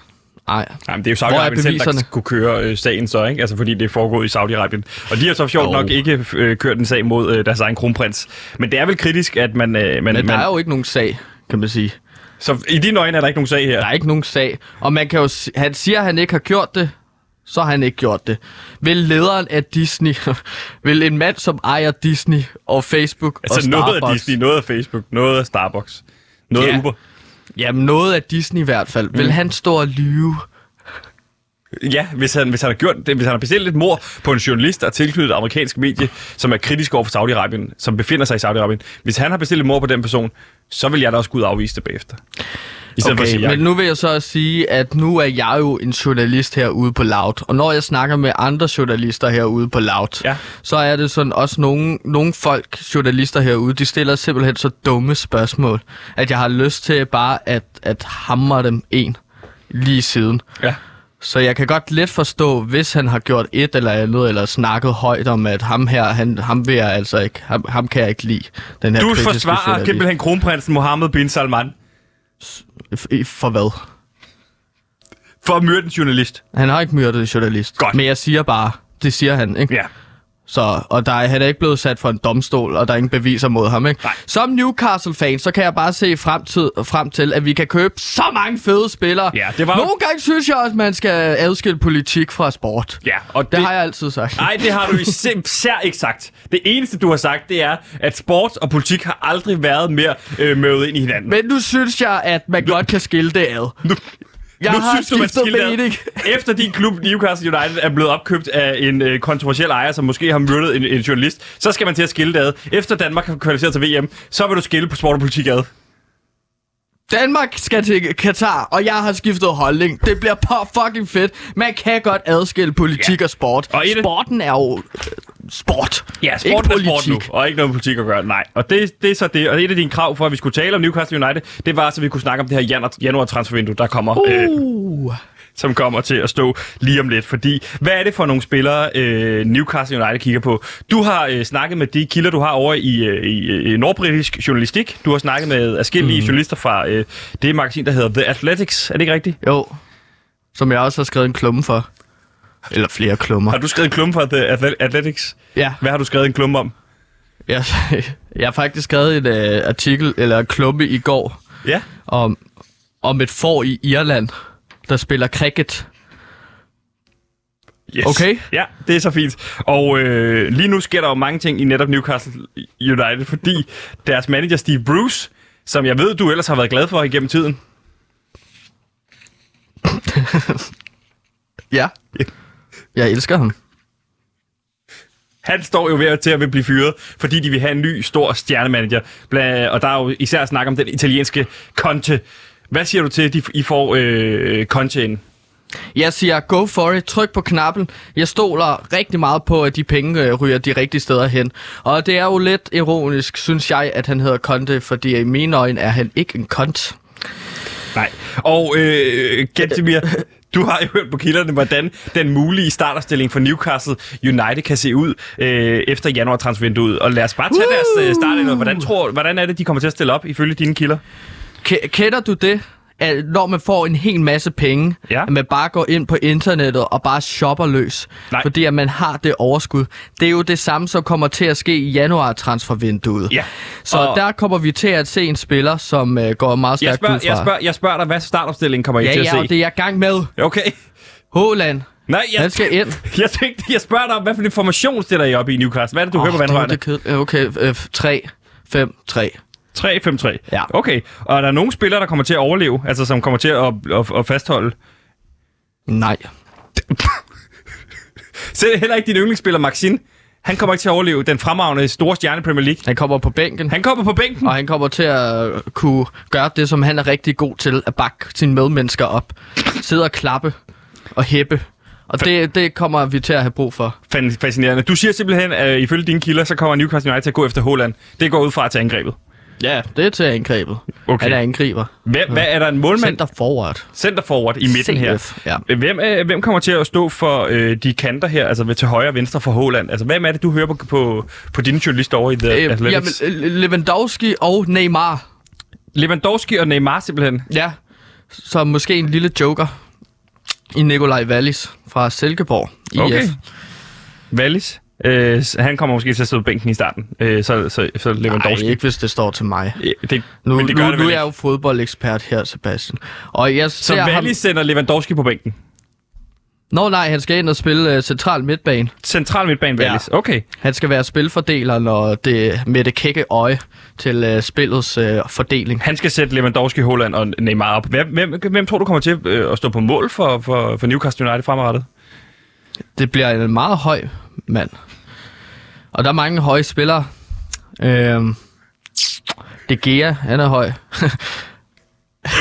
[SPEAKER 2] Nej.
[SPEAKER 1] Jamen, det er jo
[SPEAKER 2] Hvor er
[SPEAKER 1] Saudi-Arabien selv, der
[SPEAKER 2] beviserne?
[SPEAKER 1] kunne køre øh, sagen så, ikke? Altså, fordi det er foregået i Saudi-Arabien. Og de har så sjovt oh.
[SPEAKER 2] Jo.
[SPEAKER 1] nok ikke øh, kørt en sag mod øh, deres egen kronprins. Men det er vel kritisk, at man... Øh, man,
[SPEAKER 2] Men der
[SPEAKER 1] man
[SPEAKER 2] er jo ikke nogen sag, kan man sige.
[SPEAKER 1] Så i dine øjne er der ikke nogen sag her.
[SPEAKER 2] Der er ikke nogen sag. Og man kan jo, s- han siger, at han ikke har gjort det, så har han ikke gjort det. Vil lederen af Disney, vil en mand, som ejer Disney og Facebook altså og
[SPEAKER 1] altså, noget
[SPEAKER 2] Starbucks,
[SPEAKER 1] af Disney, noget af Facebook, noget af Starbucks, noget af
[SPEAKER 2] Ja.
[SPEAKER 1] Uber.
[SPEAKER 2] jamen noget af Disney i hvert fald, mm. vil han stå og lyve?
[SPEAKER 1] Ja, hvis han, hvis han har gjort det, hvis han har bestilt et mor på en journalist og tilknyttet et amerikansk medie, som er kritisk over for Saudi-Arabien, som befinder sig i Saudi-Arabien. Hvis han har bestilt et mor på den person, så vil jeg da også gå ud og afvise det bagefter. I stedet okay, for at sige,
[SPEAKER 2] men
[SPEAKER 1] men...
[SPEAKER 2] nu vil jeg så også sige, at nu er jeg jo en journalist herude på Loud. Og når jeg snakker med andre journalister herude på Loud,
[SPEAKER 1] Ja.
[SPEAKER 2] så er det sådan også nogle, nogle folk, journalister herude, de stiller simpelthen så dumme spørgsmål, at jeg har lyst til bare at, at hamre dem en lige siden.
[SPEAKER 1] ja.
[SPEAKER 2] Så jeg kan godt lidt forstå, hvis han har gjort et eller andet, eller snakket højt om, at ham her, han, ham vil jeg altså ikke, ham, ham kan jeg ikke lide. Den her
[SPEAKER 1] Du
[SPEAKER 2] britiske
[SPEAKER 1] forsvarer
[SPEAKER 2] journalist.
[SPEAKER 1] simpelthen kronprinsen Mohammed bin Salman
[SPEAKER 2] F- For hvad?
[SPEAKER 1] for at myrde en journalist.
[SPEAKER 2] Han har ikke myrdet en journalist.
[SPEAKER 1] Godt.
[SPEAKER 2] Men jeg siger bare, det siger han, ikke?
[SPEAKER 1] Ja.
[SPEAKER 2] Så, og der er, han er ikke blevet sat for en domstol, og der er ingen beviser mod ham, ikke?
[SPEAKER 1] Nej.
[SPEAKER 2] Som Newcastle-fan, så kan jeg bare se fremtid, frem til, at vi kan købe så mange fede spillere.
[SPEAKER 1] Ja, det var jo-
[SPEAKER 2] Nogle gange synes jeg også, at man skal adskille politik fra sport.
[SPEAKER 1] Ja, og
[SPEAKER 2] Det
[SPEAKER 1] det-
[SPEAKER 2] har jeg altid sagt.
[SPEAKER 1] Nej, det har du især ikke sagt. Det eneste, du har sagt, det er, at sport og politik har aldrig været mere øh, møvet ind i hinanden.
[SPEAKER 2] Men nu synes jeg, at man godt kan skille det ad. Nu, jeg
[SPEAKER 1] nu
[SPEAKER 2] har
[SPEAKER 1] synes du, man
[SPEAKER 2] skiftet
[SPEAKER 1] skiller-
[SPEAKER 2] mening.
[SPEAKER 1] Efter din klub Newcastle United er blevet opkøbt af en øh, kontroversiel ejer, som måske har myrdet en, en journalist, så skal man til at skille det ad. Efter Danmark har kvalificeret til VM, så vil du skille på sport og politik ad.
[SPEAKER 2] Danmark skal til Katar, og jeg har skiftet holdning. Det bliver på fucking fedt. Man kan godt adskille politik ja. og sport.
[SPEAKER 1] Og
[SPEAKER 2] Og
[SPEAKER 1] et af-
[SPEAKER 2] Sporten er jo øh, sport.
[SPEAKER 1] sporten er sport nu, og ikke noget med politik at gøre. Nej, og det, det er så det. Og et af dine krav for, at vi skulle tale om Newcastle United, det var, så vi kunne snakke om det her januar, januar transfervindue, der kommer, øh,
[SPEAKER 2] Uh,
[SPEAKER 1] som kommer til at stå lige om lidt. Fordi, hvad er det for nogle spillere, øh, Newcastle United kigger på? Du har øh, snakket med de kilder, du har over i, øh, i, i nordbritisk journalistik. Du har snakket med forskellige mm. journalister fra øh, det magasin, der hedder The Athletics. Er det ikke rigtigt?
[SPEAKER 2] jo, som jeg også har skrevet en klumme for. Eller flere klummer.
[SPEAKER 1] Har du skrevet en klumme for The Athle- Athletics?
[SPEAKER 2] Ja,
[SPEAKER 1] Hvad har du skrevet en klumme om?
[SPEAKER 2] jeg, jeg har faktisk skrevet en øh, artikel, eller en klumme i går,
[SPEAKER 1] Ja.
[SPEAKER 2] om, om et får i Irland, der spiller cricket.
[SPEAKER 1] Yes.
[SPEAKER 2] Okay.
[SPEAKER 1] Ja, det er så fint. Og øh, lige nu sker der jo mange ting i netop Newcastle United, fordi deres manager Steve Bruce, som jeg ved, du ellers har været glad for igennem tiden,
[SPEAKER 2] Ja. Jeg elsker ham.
[SPEAKER 1] Han står jo ved at til at vil blive fyret, fordi de vil have en ny stor stjernemanager. Bla- Og der er jo især snak om den italienske Conte. Hvad siger du til, at de, I får øh, Conte ind?
[SPEAKER 2] Jeg siger, go for it, tryk på knappen. Jeg stoler rigtig meget på, at de penge øh, ryger de rigtige steder hen. Og det er jo lidt ironisk, synes jeg, at han hedder Conte, fordi i mine øjne er han ikke en kont.
[SPEAKER 1] Nej. Og øh, Gentemir, du har jo hørt på kilderne, hvordan den mulige starterstilling for Newcastle United kan se ud øh, efter januar transfervinduet. Og lad os bare tage deres øh, startindud. Hvordan, tror, hvordan er det, de kommer til at stille op ifølge dine kilder?
[SPEAKER 2] K- kender du det? At når man får en hel masse penge,
[SPEAKER 1] Ja.
[SPEAKER 2] at man bare går ind på internettet og bare shopper løs,
[SPEAKER 1] Nej.
[SPEAKER 2] fordi at man har det overskud. Det er jo det samme, som kommer til at ske i januar-transfervinduet.
[SPEAKER 1] Ja.
[SPEAKER 2] Så
[SPEAKER 1] Og-
[SPEAKER 2] der kommer vi til at se en spiller, som øh, går meget
[SPEAKER 1] Jeg
[SPEAKER 2] stærkt ud
[SPEAKER 1] spørger,
[SPEAKER 2] fra.
[SPEAKER 1] jeg, spørger, jeg spørger dig, hvad startopstillingen kommer I til
[SPEAKER 2] ja,
[SPEAKER 1] at
[SPEAKER 2] ja,
[SPEAKER 1] se?
[SPEAKER 2] og det er jeg i gang med.
[SPEAKER 1] Okay.
[SPEAKER 2] Håland,
[SPEAKER 1] Nej, jeg,
[SPEAKER 2] han skal ind.
[SPEAKER 1] Jeg tænkte, jeg spørger dig om, hvad for en formation stiller I op i Newcastle? Hvad er det, du oh, hører på vandrørene?
[SPEAKER 2] Det, var det ked- okay, øh, 3, 5, 3.
[SPEAKER 1] 3-5-3.
[SPEAKER 2] Ja.
[SPEAKER 1] Okay, og er der nogle spillere, der kommer til at overleve? Altså, som kommer til at, at, at fastholde?
[SPEAKER 2] Nej.
[SPEAKER 1] Selv heller ikke din yndlingsspiller, Maxine. Han kommer ikke til at overleve den fremragende store stjerne i Premier League.
[SPEAKER 2] Han kommer på bænken, han...
[SPEAKER 1] Han kommer på bænken.
[SPEAKER 2] og han kommer til at øh, kunne gøre det, som han er rigtig god til, at bakke sine medmennesker op. Sidde og klappe og hæppe. Og det, det kommer vi til at have brug for.
[SPEAKER 1] Fan- Fascinerende. Du siger simpelthen, at øh, ifølge dine kilder, så kommer Newcastle United til at gå efter Holland. Det går ud fra til angrebet.
[SPEAKER 2] Ja, det er til angrebet.
[SPEAKER 1] Okay.
[SPEAKER 2] Han er angriber.
[SPEAKER 1] Hvad, hvad er der en målmand?
[SPEAKER 2] Center forward.
[SPEAKER 1] center forward i midten her.
[SPEAKER 2] CF, ja.
[SPEAKER 1] Hvem, er, hvem kommer til at stå for øh, de kanter her, altså ved- til højre og venstre for Håland? Altså, hvem er det, du hører på, på, på dine journalister over i The øh,
[SPEAKER 2] Øh, jamen,
[SPEAKER 1] Athletics? Jamen,
[SPEAKER 2] øh, Lewandowski og Neymar.
[SPEAKER 1] Lewandowski og Neymar simpelthen.
[SPEAKER 2] Ja, så måske en lille joker i Nikolaj Wallis fra Silkeborg. IF.
[SPEAKER 1] Okay. Wallis. Øh, s- han kommer måske til at sidde på bænken i starten. Øh, så, så, så Lewandowski.
[SPEAKER 2] Nej, ikke hvis det står til mig.
[SPEAKER 1] Øh, Det,
[SPEAKER 2] Nu,
[SPEAKER 1] men det gør
[SPEAKER 2] nu,
[SPEAKER 1] det
[SPEAKER 2] nu
[SPEAKER 1] vel
[SPEAKER 2] er jeg
[SPEAKER 1] ikke.
[SPEAKER 2] jo fodboldekspert her, Sebastian. Og jeg
[SPEAKER 1] Så
[SPEAKER 2] ser
[SPEAKER 1] Wallis sender Lewandowski på bænken.
[SPEAKER 2] Nå nej, han skal ind og spille øh, central midtbane.
[SPEAKER 1] Central midtbane,
[SPEAKER 2] Ja.
[SPEAKER 1] Wallis. Okay.
[SPEAKER 2] Han skal være spilfordeler, når det med det kække øje til øh, spillets øh, fordeling.
[SPEAKER 1] Han skal sætte Lewandowski, Holland og Neymar op. Hvem, hvem, hvem tror du kommer til øh, at stå på mål for, for, for Newcastle United fremadrettet?
[SPEAKER 2] Det bliver en meget høj mand. Og der er mange høje spillere. Øh, De Gea, han er høj.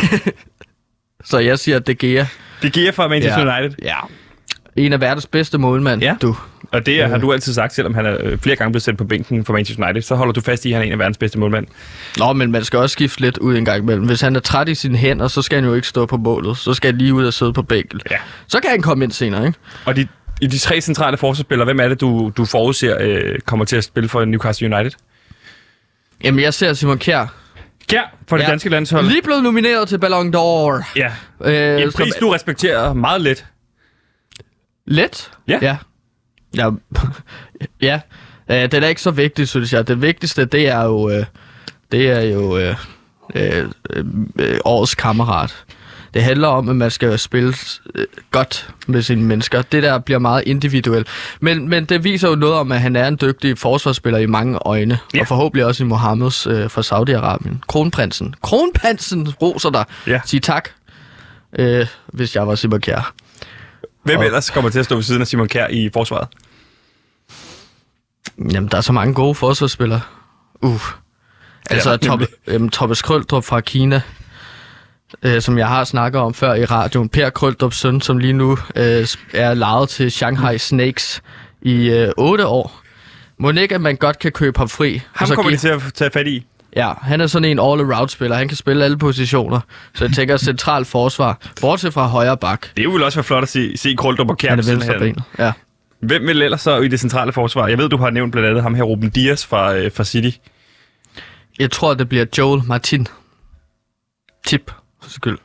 [SPEAKER 2] Så jeg siger De Gea.
[SPEAKER 1] Det giver fra Manchester ja. United.
[SPEAKER 2] Ja. En af verdens bedste målmænd,
[SPEAKER 1] Ja.
[SPEAKER 2] du.
[SPEAKER 1] Og det har du altid sagt, selvom han er øh, flere gange blevet sendt på bænken for Manchester United, så holder du fast i, at han er en af verdens bedste målmænd.
[SPEAKER 2] Nå, men man skal også skifte lidt ud en gang imellem. Hvis han er træt i sine hænder, så skal han jo ikke stå på målet. Så skal han lige ud og sidde på bænken.
[SPEAKER 1] Ja.
[SPEAKER 2] Så kan han komme ind senere, ikke?
[SPEAKER 1] Og de, i de tre centrale forsvarsspillere, hvem er det, du, du forudser øh, kommer til at spille for Newcastle United?
[SPEAKER 2] Jamen, jeg ser Simon Kjær.
[SPEAKER 1] Kjær for det
[SPEAKER 2] Ja.
[SPEAKER 1] danske landshold.
[SPEAKER 2] Lige blevet nomineret til Ballon d'Or.
[SPEAKER 1] Ja,
[SPEAKER 2] Øh,
[SPEAKER 1] en pris, du respekterer meget let.
[SPEAKER 2] Let?
[SPEAKER 1] Ja.
[SPEAKER 2] Ja. Ja. ja. Øh, den er ikke så vigtig, synes jeg. Det vigtigste, det er jo, øh, det er jo øh, øh, øh, øh, årets kammerat. Det handler om, at man skal spille øh, godt med sine mennesker. Det der bliver meget individuelt. Men, men det viser jo noget om, at han er en dygtig forsvarsspiller i mange øjne.
[SPEAKER 1] Ja.
[SPEAKER 2] Ja. Og forhåbentlig også i Mohammeds øh, fra Saudi-Arabien. Kronprinsen. Kronprinsen roser dig.
[SPEAKER 1] Ja.
[SPEAKER 2] Sig tak, øh, hvis jeg var Simon Kjær.
[SPEAKER 1] Hvem
[SPEAKER 2] Og-
[SPEAKER 1] ellers kommer til at stå ved siden af Simon Kjær i forsvaret?
[SPEAKER 2] Jamen, der er så mange gode forsvarsspillere. Uh. Altså,
[SPEAKER 1] der
[SPEAKER 2] Tob, øhm, Tobias Krøldrup fra Kina, øh, som jeg har snakket om før i radioen. Per Krøldrups søn, som lige nu øh, er lejet til Shanghai Snakes i øh, 8 år. Må ikke, at man godt kan købe ham fri? og
[SPEAKER 1] Ham
[SPEAKER 2] så
[SPEAKER 1] kommer
[SPEAKER 2] give-
[SPEAKER 1] de til at tage fat i.
[SPEAKER 2] Ja, han er sådan en all-around-spiller. Han kan spille alle positioner. Så jeg tænker centralt forsvar, bortset fra højre bak.
[SPEAKER 1] Det ville også være flot at se, se Kruldup og Kjær
[SPEAKER 2] Han
[SPEAKER 1] ved
[SPEAKER 2] er
[SPEAKER 1] siden af
[SPEAKER 2] venstre
[SPEAKER 1] hinanden.
[SPEAKER 2] ben. Ja.
[SPEAKER 1] Hvem vil ellers så i det centrale forsvar? Jeg ved, du har nævnt blandt andet ham her, Ruben Dias fra, øh, fra City.
[SPEAKER 2] Jeg tror, det bliver Joel Martin. Tip. for Skyld.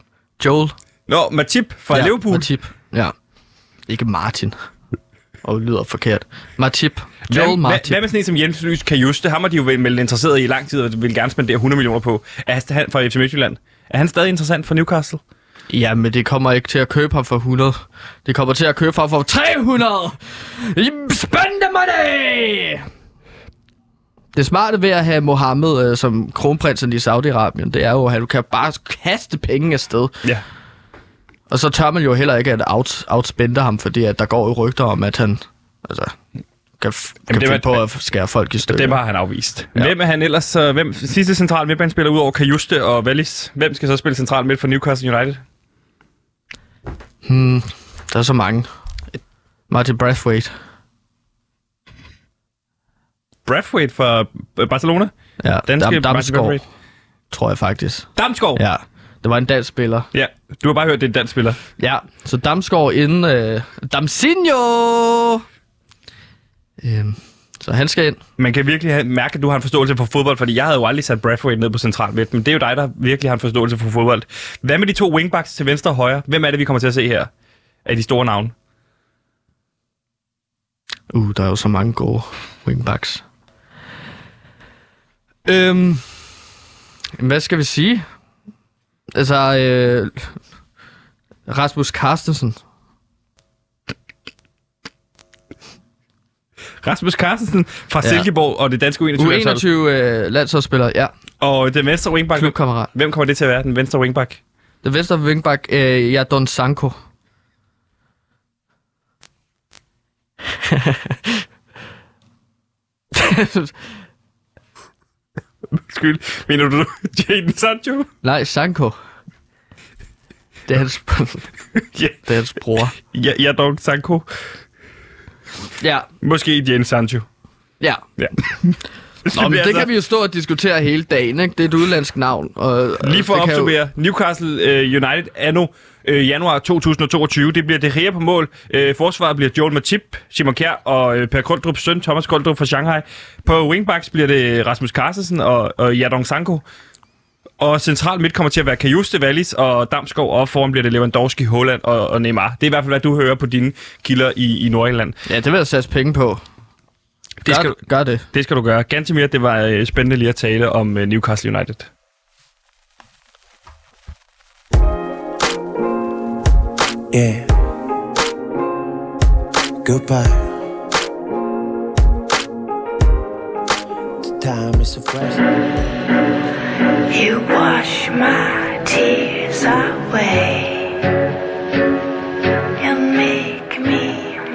[SPEAKER 2] Joel
[SPEAKER 1] Nå, Matip fra ja, Liverpool.
[SPEAKER 2] Matip, ja. Ikke Martin. Og det lyder forkert. Matip. Joel
[SPEAKER 1] Hvem, hvad,
[SPEAKER 2] Matip.
[SPEAKER 1] hvad med sådan en som Jens Lys Kajuste? Ham har de jo vel- meldt interesseret i lang tid, og vil gerne spendere 100 millioner på. Er han fra FC Midtjylland? Er han stadig interessant for Newcastle?
[SPEAKER 2] Jamen, det kommer ikke til at købe ham for 100. Det kommer til at købe ham for 300! Jamen, Spend the money! Det smarte ved at have Mohammed øh, som kronprinsen i Saudi-Arabien, det er jo, at du kan bare kaste penge afsted.
[SPEAKER 1] Ja.
[SPEAKER 2] Og så tør man jo heller ikke at out, outspende ham, fordi at der går jo rygter om, at han altså, kan, f- kan
[SPEAKER 1] det
[SPEAKER 2] finde
[SPEAKER 1] var-
[SPEAKER 2] på at skære folk i stykker.
[SPEAKER 1] Dem har han afvist. Ja. Hvem er han ellers? øh, Hvem, sidste central midtbanespiller ud over Kajuste og Wallis. Hvem skal så spille central midt for Newcastle United?
[SPEAKER 2] Der er så mange. Martin Brathwaite.
[SPEAKER 1] Brathwaite fra øh, Barcelona?
[SPEAKER 2] Ja,
[SPEAKER 1] Danske
[SPEAKER 2] Dam, Damsgaard,
[SPEAKER 1] Brathwaite.
[SPEAKER 2] tror jeg faktisk.
[SPEAKER 1] Damsgaard!
[SPEAKER 2] Ja, det var en dansk spiller.
[SPEAKER 1] ja. Du har bare hørt, det er en dansk spiller.
[SPEAKER 2] Ja, så Damsgaard inden... Øh, Damsinho! Øhm, så han skal ind.
[SPEAKER 1] Man kan virkelig have, mærke, at du har en forståelse for fodbold, fordi jeg havde jo aldrig sat Brathwaite ned på central midt, men det er jo dig, der virkelig har en forståelse for fodbold. Hvad med de to wingbacks til venstre og højre? Hvem er det, vi kommer til at se her? Af de store navne.
[SPEAKER 2] Uh, der er jo så mange gode wingbacks. Øhm, hvad skal vi sige? Altså, øh, Rasmus Carstensen.
[SPEAKER 1] Rasmus Carstensen fra ja.
[SPEAKER 2] Ja.
[SPEAKER 1] Silkeborg og det danske U21.
[SPEAKER 2] U21 øh, landsholdsspiller, ja.
[SPEAKER 1] Og den venstre wingback.
[SPEAKER 2] Klubkammerat.
[SPEAKER 1] Hvem kommer det til at være, den venstre wingback?
[SPEAKER 2] Den venstre wingback, øh, ja, Don Sanko.
[SPEAKER 1] Skyld. Mener du Jaden Sancho?
[SPEAKER 2] Nej, Sanko. Det er hans,
[SPEAKER 1] ja,
[SPEAKER 2] det er hans bror.
[SPEAKER 1] ja, ja, dog Sancho.
[SPEAKER 2] Ja,
[SPEAKER 1] Måske Jaden Sancho.
[SPEAKER 2] ja.
[SPEAKER 1] Ja.
[SPEAKER 2] Nå, men det
[SPEAKER 1] altså-
[SPEAKER 2] kan vi jo stå og diskutere hele dagen, ikke? Det er et udlandsk navn. Og,
[SPEAKER 1] Lige for
[SPEAKER 2] det
[SPEAKER 1] at
[SPEAKER 2] kan
[SPEAKER 1] opsummere, jo... Newcastle øh, United anno øh, januar 2022. Det bliver De Gea på mål. Øh, forsvaret bliver Joel Matip, Simon Kjær og øh, Per Koldrups søn, Thomas Koldrup fra Shanghai. På wingbacks bliver det Rasmus Carstensen og, og Jadon Sanko. Og central midt kommer til at være Kajuste, Wallis og Damskov, og foran bliver det Lewandowski, Holland og, og Neymar. Det er i hvert fald, hvad du hører på dine kilder i, i Nordjylland.
[SPEAKER 2] Jo, ja, det vil jeg satse penge på. Gør,
[SPEAKER 1] Det skal, du-
[SPEAKER 2] gør det.
[SPEAKER 1] det skal du gøre. Ganske mere, det var øh, spændende lige at tale om øh, Newcastle United.
[SPEAKER 5] Yeah. Goodbye. The time is a fresh.
[SPEAKER 6] You wash my tears away and make me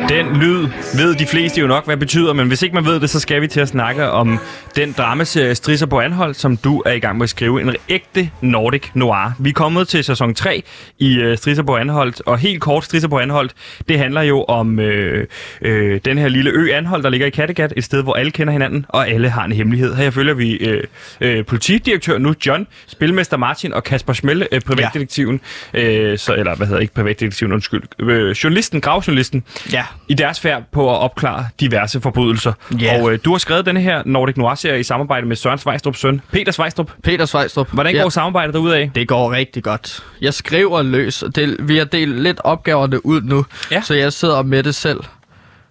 [SPEAKER 1] Den lyd ved de fleste jo nok, hvad betyder, men hvis ikke man ved det, så skal vi til at snakke om den dramaserie Strisser på Anhold, som du er i gang med at skrive. En ægte Nordic Noir. Vi er kommet til sæson 3 i øh, Strisser på Anhold, og helt kort Strisser på Anhold, det handler jo om øh, øh, den her lille ø Anhold, der ligger i Kattegat, et sted, hvor alle kender hinanden, og alle har en hemmelighed. Her følger vi øh, øh, politidirektør nu John, spilmester Martin og Kasper Schmelle, øh, privatdetektiven, øh, så, eller hvad hedder det, ikke privatdetektiven, undskyld, øh, journalisten, gravjournalisten,
[SPEAKER 2] Ja.
[SPEAKER 1] i deres færd på at opklare diverse forbrydelser.
[SPEAKER 2] Ja.
[SPEAKER 1] Og øh, du har skrevet denne her Nordic Noir-serie i samarbejde med Søren Svejstrup søn, Peter Svejstrup.
[SPEAKER 2] Peter Svejstrup.
[SPEAKER 1] Hvordan
[SPEAKER 2] ja.
[SPEAKER 1] går samarbejdet derudad?
[SPEAKER 2] Det går rigtig godt. Jeg skriver løs. og Det, vi har delt lidt opgaverne ud nu,
[SPEAKER 1] Ja.
[SPEAKER 2] så jeg sidder med det selv.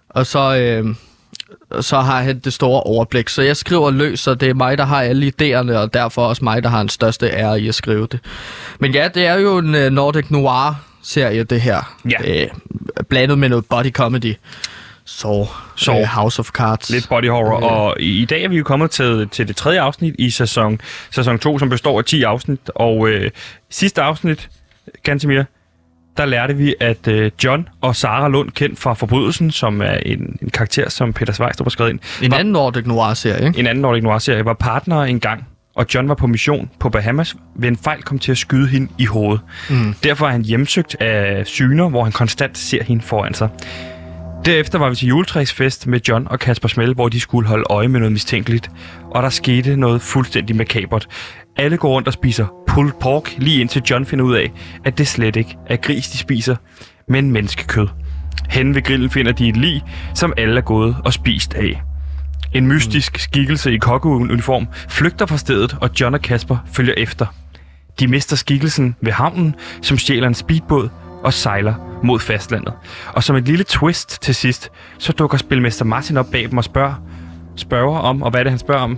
[SPEAKER 2] Og så, øh, og så har han det store overblik. Så jeg skriver løs, så det er mig, der har alle idéerne, og derfor også mig, der har den største ære i at skrive det. Men ja, det er jo en øh, Nordic Noir-serie, det her.
[SPEAKER 1] Ja.
[SPEAKER 2] Øh, blandet med noget body comedy. Så,
[SPEAKER 1] Saw.
[SPEAKER 2] Øh, House of Cards.
[SPEAKER 1] Lidt body horror, og i, i dag er vi jo kommet til, til det tredje afsnit i sæson, sæson 2, som består af 10 afsnit. Og øh, sidste afsnit, Gantemir, der lærte vi, at øh, John og Sara Lund, kendt fra Forbrydelsen, som er en, en karakter, som Peter Svejstrup har skrevet ind,
[SPEAKER 2] En
[SPEAKER 1] var-
[SPEAKER 2] anden Nordic Noir-serie, ikke?
[SPEAKER 1] en anden Nordic Noir-serie, var partnere engang, og John var på mission på Bahamas, ved en fejl kom til at skyde hende i hovedet. Mm. Derfor er han hjemsøgt af syner, hvor han konstant ser hende foran sig. Derefter var vi til juletræsfest med John og Kasper Smell, hvor de skulle holde øje med noget mistænkeligt. Og der skete noget fuldstændig makabert. Alle går rundt og spiser pulled pork, lige indtil John finder ud af, at det slet ikke er gris, de spiser, men menneskekød. Hen ved grillen finder de et lig, som alle er gået og spist af. En mystisk skikkelse i kokkeuniform flygter fra stedet, og John og Kasper følger efter. De mister skikkelsen ved havnen, som stjæler en speedbåd og sejler mod fastlandet. Og som et lille twist til sidst, så dukker spilmester Martin op bag dem og spørger, spørger om, og hvad er det, han spørger om?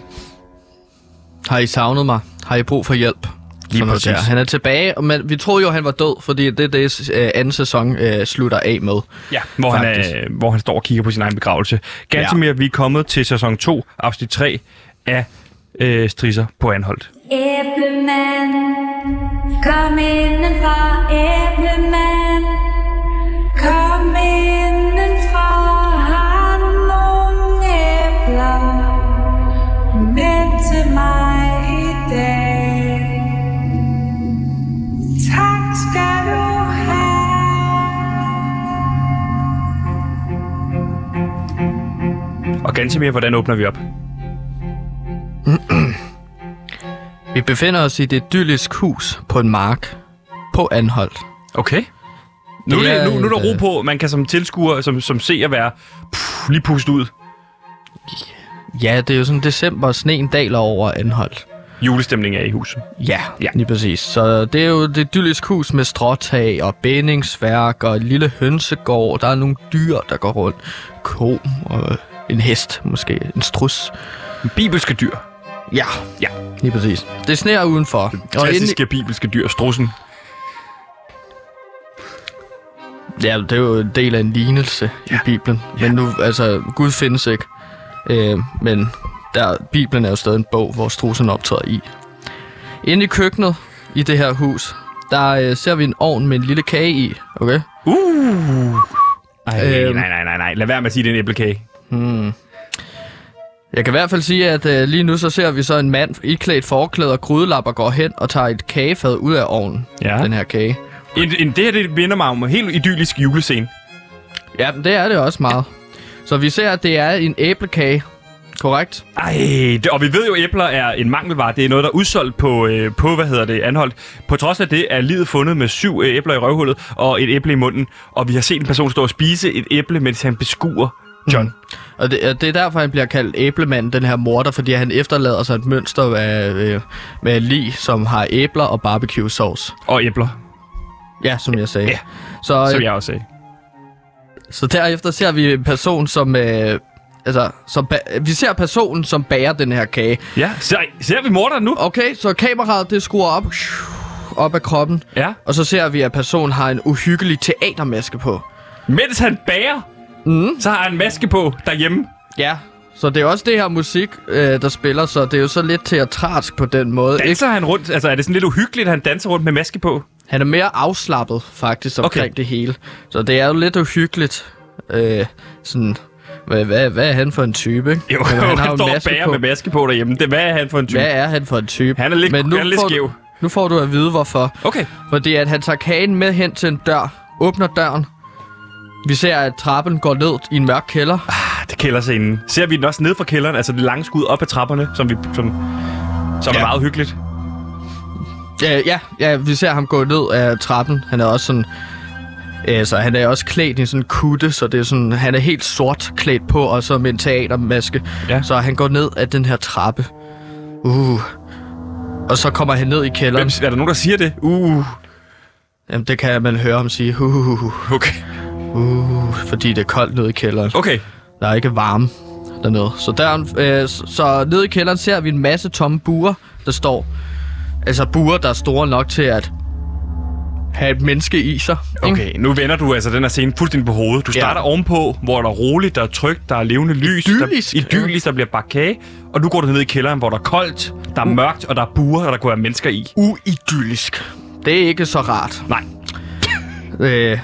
[SPEAKER 2] Har I savnet mig? Har I brug for hjælp?
[SPEAKER 1] Lige
[SPEAKER 2] Sådan noget
[SPEAKER 1] præcis.
[SPEAKER 2] der. Han er tilbage, og man, vi troede jo, han var død, fordi det er det, øh, anden sæson øh, slutter af med.
[SPEAKER 1] Ja, hvor han,
[SPEAKER 2] Faktisk.
[SPEAKER 1] er, øh, hvor han står og kigger på sin egen begravelse. Ganske
[SPEAKER 2] Ja.
[SPEAKER 1] mere, vi er kommet til sæson 2, afsnit 3 af øh, Strisser på Anholdt.
[SPEAKER 7] Æblemand, kom indenfor, æblemand, kom indenfor, har du nogle æbler med til mig i dag? Tak skal du have.
[SPEAKER 1] Og ganske mere, hvordan åbner vi op?
[SPEAKER 2] Vi befinder os i det idyllisk hus på en mark på Anholdt.
[SPEAKER 1] Okay. Nu,
[SPEAKER 2] Det
[SPEAKER 1] er,
[SPEAKER 2] er
[SPEAKER 1] nu, nu er der
[SPEAKER 2] et,
[SPEAKER 1] ro
[SPEAKER 2] øh,
[SPEAKER 1] på. Man kan som tilskuer, som, som ser være pff, lige puste ud.
[SPEAKER 2] Ja, det er jo sådan december, og sneen daler over Anholdt.
[SPEAKER 1] Julestemningen er i huset.
[SPEAKER 2] Ja,
[SPEAKER 1] Ja.
[SPEAKER 2] ja, lige præcis. Så det er jo det idyllisk hus med stråtag og bindingsværk og et lille hønsegård. Der er nogle dyr, der går rundt. Ko og en hest måske, en strus.
[SPEAKER 1] Bibelske dyr.
[SPEAKER 2] Ja,
[SPEAKER 1] Ja.
[SPEAKER 2] lige præcis. Det sneer udenfor. Og inde,
[SPEAKER 1] Klassiske bibelske dyr. Strussen.
[SPEAKER 2] ja, det er jo en del af en lignelse ja. i Bibelen. Men nu, altså, Gud findes ikke. Øh, men der, Bibelen er jo stadig en bog, hvor strusen optræder i. Inde i køkkenet i det her hus, der øh, ser vi en ovn med en lille kage i, okay?
[SPEAKER 1] Ej,
[SPEAKER 2] Øhm.
[SPEAKER 1] nej, nej, nej, nej. Lad være med at sige, det er en æblekage.
[SPEAKER 2] Jeg kan i hvert fald sige, at øh, lige nu så ser vi så en mand iklædt forklæde og grydelapper går hen og tager et kagefad ud af ovnen.
[SPEAKER 1] Ja.
[SPEAKER 2] Den her kage.
[SPEAKER 1] En, en, det her det minder mig om en helt idyllisk julescene.
[SPEAKER 2] Ja, men det er det også meget. Så vi ser, at det er en æblekage, korrekt?
[SPEAKER 1] Ej, det, og vi ved jo, at æbler er en mangelvare. Det er noget, der er udsolgt på, øh, på hvad hedder det, anholdt. På trods af det er livet fundet med syv øh, æbler i røvhullet og et æble i munden. Og vi har set en person stå og spise et æble, mens han beskuer John. Mm.
[SPEAKER 2] Og det, og det er derfor, han bliver kaldt æblemanden, den her morder, fordi han efterlader sig et mønster af, øh, med lig, som har æbler og barbecue sauce.
[SPEAKER 1] Og æbler,
[SPEAKER 2] Ja, som jeg sagde.
[SPEAKER 1] Ja,
[SPEAKER 2] Så,
[SPEAKER 1] som
[SPEAKER 2] øh,
[SPEAKER 1] jeg også sagde.
[SPEAKER 2] så derefter ser vi en person, som... Øh, altså, som ba- vi ser personen, som bærer den her kage.
[SPEAKER 1] Ja, ser, ser vi morderen nu?
[SPEAKER 2] Okay, så kameraet, det skruer op, op af kroppen.
[SPEAKER 1] Ja.
[SPEAKER 2] Og så ser vi, at personen har en uhyggelig teatermaske på.
[SPEAKER 1] Mens han bærer
[SPEAKER 2] Mm.
[SPEAKER 1] Så har han maske på derhjemme.
[SPEAKER 2] Ja. Så det er også det her musik, øh, der spiller, så det er jo så lidt teatralsk på den måde. Ikke?
[SPEAKER 1] Danser han rundt? Altså, er det sådan lidt uhyggeligt, at han danser rundt med maske på?
[SPEAKER 2] Han er mere afslappet faktisk omkring
[SPEAKER 1] Okay.
[SPEAKER 2] det hele. Så det er jo lidt uhyggeligt. Øh, sådan, hvad, hvad, hvad er han for en type? Ikke? Altså,
[SPEAKER 1] Jo,
[SPEAKER 2] Men
[SPEAKER 1] han, han
[SPEAKER 2] en
[SPEAKER 1] står og
[SPEAKER 2] maske
[SPEAKER 1] bærer
[SPEAKER 2] på.
[SPEAKER 1] med maske på derhjemme. Det, hvad er han for en type?
[SPEAKER 2] Hvad er han for en type?
[SPEAKER 1] Han er lidt- han er lidt
[SPEAKER 2] får du-
[SPEAKER 1] skæv.
[SPEAKER 2] Nu får du at vide, hvorfor.
[SPEAKER 1] Okay.
[SPEAKER 2] Fordi at han tager kagen med hen til en dør, åbner døren. Vi ser, at trappen går ned i en mørk kælder.
[SPEAKER 1] Ah, Det kælderscenen. Ser vi den også ned fra kælderen? Altså det lange skud op ad trapperne, som, vi, som, som ja. er meget hyggeligt.
[SPEAKER 2] Ja, ja, ja, vi ser ham gå ned af trappen. Han er også sådan... Altså, han er også klædt i sådan en kutte, så det er sådan, han er helt sort klædt på, og så med en teatermaske.
[SPEAKER 1] Ja.
[SPEAKER 2] Så han går ned af den her trappe. Uh. Og så kommer han ned i kælderen.
[SPEAKER 1] Hvem, er der nogen, der siger det? Uh,
[SPEAKER 2] Jamen, det kan man høre ham sige. Uh, uh, uh,
[SPEAKER 1] okay.
[SPEAKER 2] uh, fordi det er koldt nede i kælderen.
[SPEAKER 1] Okay.
[SPEAKER 2] Der er ikke varme dernede. Så, døren, øh, så, så nede i kælderen ser vi en masse tomme buer, der står. Altså buer, der er store nok til at have et menneske i sig. ikke?
[SPEAKER 1] Okay, nu vender du altså den her scene fuldstændig på hovedet. Du
[SPEAKER 2] Ja.
[SPEAKER 1] starter ovenpå, hvor der er roligt, der er trygt, der er levende lys.
[SPEAKER 2] Idyllisk.
[SPEAKER 1] Der, idyllisk, der bliver bagt kage. Og nu går du ned i kælderen, hvor der er koldt, der er mørkt, og der er buer, og der kunne være mennesker i.
[SPEAKER 2] Uh. Uidyllisk. Det er ikke så rart.
[SPEAKER 1] Nej.
[SPEAKER 2] Øh,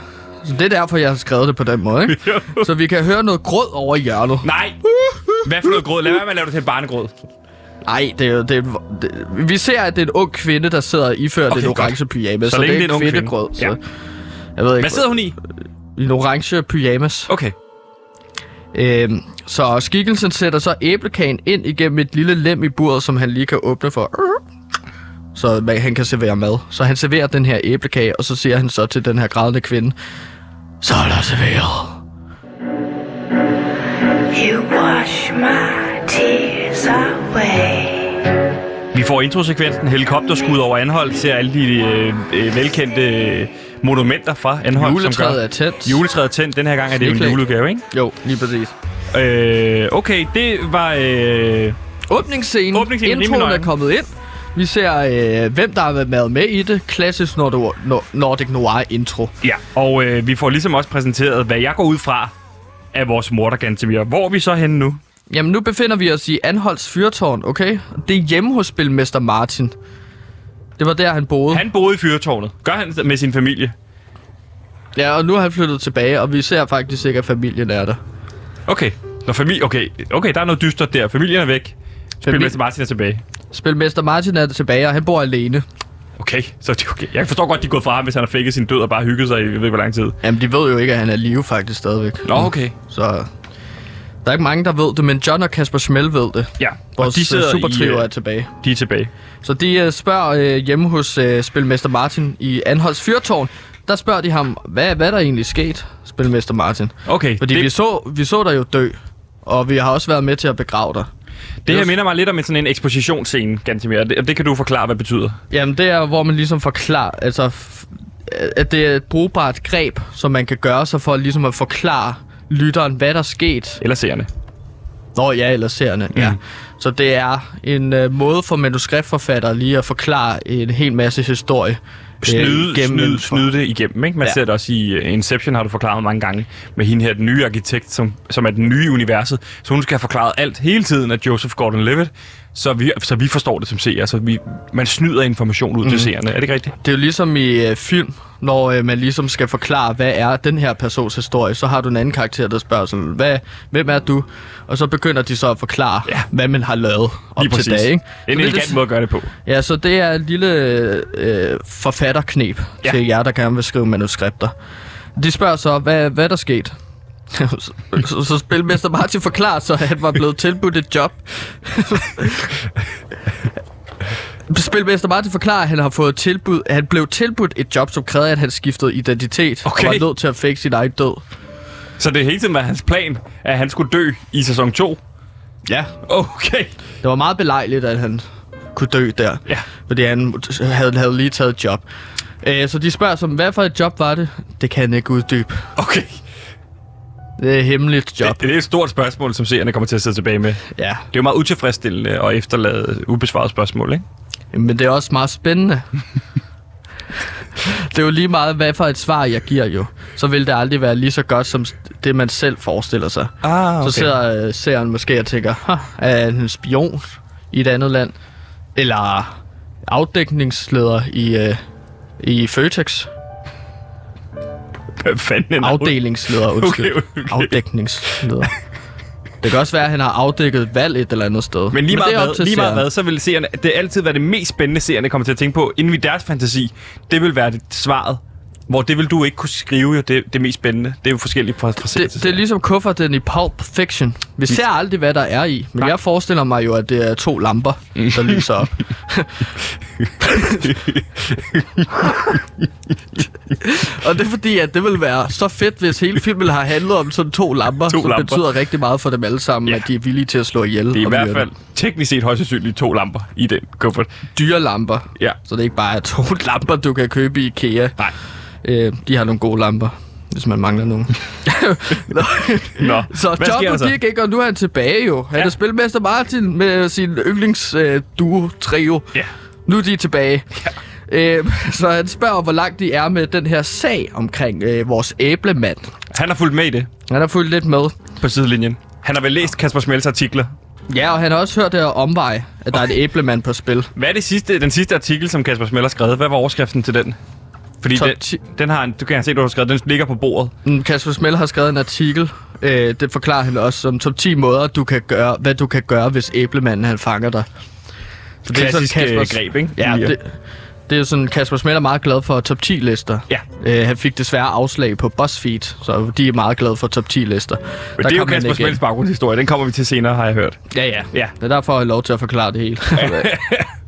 [SPEAKER 2] så det er derfor, jeg har skrevet det på den måde. Ikke? så vi kan høre noget gråd over i hjørnet.
[SPEAKER 1] Nej! Hvad for noget gråd? Lad være med at lave det til et barnegråd.
[SPEAKER 2] Nej, det er jo... Det er, det, vi ser, at det er en ung kvinde, der sidder og ifører
[SPEAKER 1] Okay,
[SPEAKER 2] okay, den
[SPEAKER 1] godt.
[SPEAKER 2] orange pyjamas.
[SPEAKER 1] Så
[SPEAKER 2] Så,
[SPEAKER 1] længe
[SPEAKER 2] det er
[SPEAKER 1] det er en ung kvinde.
[SPEAKER 2] kvindegrød.
[SPEAKER 1] Ja.
[SPEAKER 2] Så jeg ved ikke,
[SPEAKER 1] Hvad sidder hun i?
[SPEAKER 2] En orange pyjamas.
[SPEAKER 1] Okay.
[SPEAKER 2] Øhm, så skikkelsen sætter så æblekagen ind igennem et lille lem i buret, som han lige kan åbne for. Så man- han kan servere mad. Så han serverer den her æblekage, og så siger han så til den her grædende kvinde, så er der serveret.
[SPEAKER 6] You wash my tears away.
[SPEAKER 1] Vi får introsekvensen helikopterskud over Anholdt, ser alle de øh, øh, velkendte øh, monumenter fra Anholdt, som
[SPEAKER 2] Juletræet
[SPEAKER 1] gør...
[SPEAKER 2] er tændt.
[SPEAKER 1] Juletræet er tændt. Den her gang er det jo en
[SPEAKER 2] Sneklæg.
[SPEAKER 1] juleudgave, ikke?
[SPEAKER 2] Jo, lige præcis.
[SPEAKER 1] Øh, okay, det var... Øh,
[SPEAKER 2] Åbningsscenen.
[SPEAKER 1] Åbningsscenen, rimelig
[SPEAKER 2] Introen er
[SPEAKER 1] nøgen.
[SPEAKER 2] kommet ind. Vi ser, øh, hvem der har været med i det. Klassisk Nordo- Nor- Nordic Noir intro.
[SPEAKER 1] ja, og øh, vi får ligesom også præsenteret, hvad jeg går ud fra af vores morder Gantemir. Hvor er vi så henne nu?
[SPEAKER 2] Jamen, nu befinder vi os i Anholds Fyrtårn, okay? Det er hjemme hos spilmester Martin. Det var der, han boede.
[SPEAKER 1] Han boede i fyrtårnet. Gør han det med sin familie?
[SPEAKER 2] Ja, og nu er han flyttet tilbage, og vi ser faktisk ikke, at familien er der.
[SPEAKER 1] Okay. Når familie, okay, okay, der er noget dystert der. Familien er væk. Spilmester Martin er tilbage.
[SPEAKER 2] Spilmester Martin er tilbage, og han bor alene.
[SPEAKER 1] Okay, så er det okay. Jeg forstår godt, de er gået fra ham, hvis han har fækket sin død og bare hygget sig i, jeg ved ikke, hvor lang tid.
[SPEAKER 2] Jamen, de ved jo ikke, at han er i live faktisk stadigvæk.
[SPEAKER 1] Nå, okay.
[SPEAKER 2] Så der er ikke mange, der ved det, men John og Kasper Schmel ved det.
[SPEAKER 1] Ja, og
[SPEAKER 2] Vores
[SPEAKER 1] de sidder
[SPEAKER 2] supertriver
[SPEAKER 1] i,
[SPEAKER 2] er
[SPEAKER 1] øh,
[SPEAKER 2] tilbage.
[SPEAKER 1] de er tilbage.
[SPEAKER 2] Så de uh, spørger uh, hjemme hos uh, Spilmester Martin i Anholds Fyrtårn. Der spørger de ham, hvad, hvad er der egentlig sket, Spilmester Martin?
[SPEAKER 1] Okay,
[SPEAKER 2] Fordi
[SPEAKER 1] det,
[SPEAKER 2] det... vi, så, vi så dig jo dø, og vi har også været med til at begrave dig.
[SPEAKER 1] det her minder mig lidt om en, sådan en ekspositionsscene, Gantemir, og det, og det kan du forklare, hvad det betyder.
[SPEAKER 2] Jamen, det er, hvor man ligesom forklarer, altså, f- at det er et brugbart greb, som man kan gøre sig for ligesom at forklare lytteren, hvad der er sket.
[SPEAKER 1] Eller seerne.
[SPEAKER 2] Nå ja, eller seerne, mm. ja. Så det er en øh, måde for manuskriptforfattere lige at forklare en hel masse historie. øh,
[SPEAKER 1] Snyde,
[SPEAKER 2] gennem en
[SPEAKER 1] snyde,
[SPEAKER 2] for-
[SPEAKER 1] snyde det igennem, ikke? Man ja.
[SPEAKER 2] Ja.
[SPEAKER 1] ser det også i øh, Inception, har du forklaret mange gange, med hende her, den nye arkitekt, som, som er den nye i universet. Så hun skal have forklaret alt hele tiden af Joseph Gordon-Levitt, så vi, så vi forstår det som seere. Så vi, man snyder information ud mm.
[SPEAKER 2] Mhm.
[SPEAKER 1] til seerne. Er det ikke rigtigt?
[SPEAKER 2] Det er jo ligesom i øh, film, når øh, man ligesom skal forklare, hvad er den her persons historie, så har du en anden karakter, der spørger sådan, hvad, hvem er du? Og så begynder de så at forklare, ja. hvad man har lavet op
[SPEAKER 1] Lige
[SPEAKER 2] til
[SPEAKER 1] præcis.
[SPEAKER 2] dag. Ikke?
[SPEAKER 1] Det er en
[SPEAKER 2] Så
[SPEAKER 1] elegant måde at gøre det på.
[SPEAKER 2] Ja, så det er et lille øh, forfatterknep
[SPEAKER 1] Ja.
[SPEAKER 2] ja. til jer, der gerne vil skrive manuskripter. De spørger så, hvad, hvad er der sket? så, så, så spilmester Martin forklarer så, at han var blevet tilbudt et job. spilmester Martin forklarer, at han har fået tilbud, at han blev tilbudt et job, som krævede, at han skiftede identitet
[SPEAKER 1] Okay.
[SPEAKER 2] og var nødt til at fake sin egen død.
[SPEAKER 1] Så det er hele tiden var hans plan, at han skulle dø i sæson 2.
[SPEAKER 2] Ja.
[SPEAKER 1] Okay.
[SPEAKER 2] Det var meget belejligt, at han kunne dø der.
[SPEAKER 1] Ja.
[SPEAKER 2] Fordi han havde, havde lige taget et job. Øh, så de spørger som, hvad for et job var det? Det kan jeg ikke uddybe.
[SPEAKER 1] Okay.
[SPEAKER 2] Det er et hemmeligt job.
[SPEAKER 1] Det, det er et stort spørgsmål, som seerne kommer til at sidde tilbage med.
[SPEAKER 2] Ja.
[SPEAKER 1] Det er jo meget utilfredsstillende at efterlade ubesvaret spørgsmål, ikke?
[SPEAKER 2] Men det er også meget spændende. det er jo lige meget, hvad for et svar jeg giver jo. Så vil det aldrig være lige så godt, som det man selv forestiller sig.
[SPEAKER 1] Ah,
[SPEAKER 2] Så sidder øh, serien måske og tænker, "Ha, er han en spion i et andet land? Eller afdækningsleder i, øh, i Føtex?
[SPEAKER 1] Hvad fanden er det?
[SPEAKER 2] Afdelingsleder, undskyld.
[SPEAKER 1] Okay, okay.
[SPEAKER 2] Afdækningsleder. Det kan også være, at han har afdækket valg et eller andet sted.
[SPEAKER 1] Men lige meget,
[SPEAKER 2] det er op
[SPEAKER 1] hvad,
[SPEAKER 2] til
[SPEAKER 1] lige meget
[SPEAKER 2] serien.
[SPEAKER 1] hvad, så vil seerne, det er altid være det mest spændende, seerne kommer til at tænke på, inden vi deres fantasi, det vil være det, svaret. Hvor det vil du ikke kunne skrive, jo, det, det mest spændende. Det er jo forskelligt fra, fra serie
[SPEAKER 2] Det,
[SPEAKER 1] til
[SPEAKER 2] det er
[SPEAKER 1] serie.
[SPEAKER 2] ligesom kufferten i Pulp Fiction. Vi ser aldrig, hvad der er i, men jeg forestiller mig jo, at det er to lamper,
[SPEAKER 1] Mm.
[SPEAKER 2] der lyser op. og det er fordi, at det ville være så fedt, hvis hele filmen har handlet om sådan to lamper,
[SPEAKER 1] To
[SPEAKER 2] som
[SPEAKER 1] lamper.
[SPEAKER 2] betyder rigtig meget for dem alle sammen,
[SPEAKER 1] Ja.
[SPEAKER 2] at de er villige til at slå ihjel.
[SPEAKER 1] Det er i
[SPEAKER 2] og
[SPEAKER 1] hvert
[SPEAKER 2] myrde.
[SPEAKER 1] fald teknisk set højst sandsynligt to lamper i den kuffert.
[SPEAKER 2] dyre lamper.
[SPEAKER 1] Ja.
[SPEAKER 2] Så det er ikke bare er to lamper, du kan købe i IKEA.
[SPEAKER 1] Nej.
[SPEAKER 2] Øh, de har nogle gode lamper, hvis man mangler nogen. Nå.
[SPEAKER 1] Nå,
[SPEAKER 2] Så
[SPEAKER 1] hvad sker der
[SPEAKER 2] Jobbo
[SPEAKER 1] så?
[SPEAKER 2] gik ikke, og nu er han tilbage jo. Han
[SPEAKER 1] Ja.
[SPEAKER 2] ja. er spilmester Martin med sin yndlingsduo-trio.
[SPEAKER 1] Ja.
[SPEAKER 2] Nu er de tilbage. Ja. Øh, så han spørger, hvor langt de er med den her sag omkring øh, vores æblemand.
[SPEAKER 1] Han har fulgt med i det
[SPEAKER 2] Han har fulgt lidt med.
[SPEAKER 1] på sidelinjen. Han har vel læst Kasper Smels artikler.
[SPEAKER 2] Ja, og han har også hørt det her omvej, at der er en æblemand på spil.
[SPEAKER 1] Hvad er det sidste, den sidste artikel, som Kasper Smell har skrevet? Hvad var overskriften til den? Fordi
[SPEAKER 2] Top
[SPEAKER 1] den,
[SPEAKER 2] ti.
[SPEAKER 1] den, har en, du kan se, du har skrevet, den ligger på bordet.
[SPEAKER 2] Mm, Kasper Smell har skrevet en artikel. Øh, det forklarer han også som top 10 måder, du kan gøre, hvad du kan gøre, hvis æblemanden han fanger dig. Så
[SPEAKER 1] Klassisk, øh, greb, ikke?
[SPEAKER 2] Ja,
[SPEAKER 1] Lige at-
[SPEAKER 2] det, det er jo sådan, Kasper Smell er meget glad for top 10-lister.
[SPEAKER 1] Ja.
[SPEAKER 2] Øh, han fik desværre afslag på BuzzFeed, så de er meget glade for top 10-lister.
[SPEAKER 1] Men det er jo
[SPEAKER 2] kom han
[SPEAKER 1] Kasper
[SPEAKER 2] ikke ind.
[SPEAKER 1] Smels baggrundshistorie. Den kommer vi til senere, har jeg hørt.
[SPEAKER 2] Ja, ja.
[SPEAKER 1] Ja.
[SPEAKER 2] Det er derfor, jeg har lov til at forklare det hele.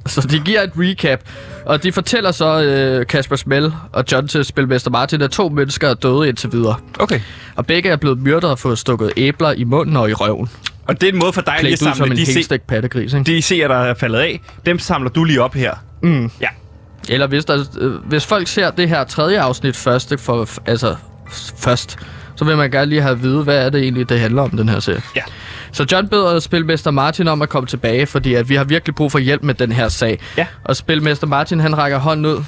[SPEAKER 2] så de giver et recap, og de fortæller så øh, Kasper Smell og John til Spilmester Martin, at to mennesker er døde indtil videre.
[SPEAKER 1] Okay.
[SPEAKER 2] Og begge er blevet myrdet og fået stukket æbler i munden og i røven.
[SPEAKER 1] Og det er en måde for dig lige at
[SPEAKER 2] Klædt ud som
[SPEAKER 1] samle
[SPEAKER 2] en
[SPEAKER 1] de, se,
[SPEAKER 2] helstegt pattegris, ikke?
[SPEAKER 1] de seere, der er faldet af. Dem samler du lige op her. Mm. Ja.
[SPEAKER 2] Eller hvis, der, øh, hvis folk ser det her tredje afsnit først, ikke, for, altså, f- først, så vil man gerne lige have at vide, hvad er det egentlig, det handler om, den her serie.
[SPEAKER 1] Ja.
[SPEAKER 2] Så John beder Spilmester Martin om at komme tilbage, fordi at vi har virkelig brug for hjælp med den her sag.
[SPEAKER 1] Ja.
[SPEAKER 2] Og Spilmester Martin, han rækker hånden ud.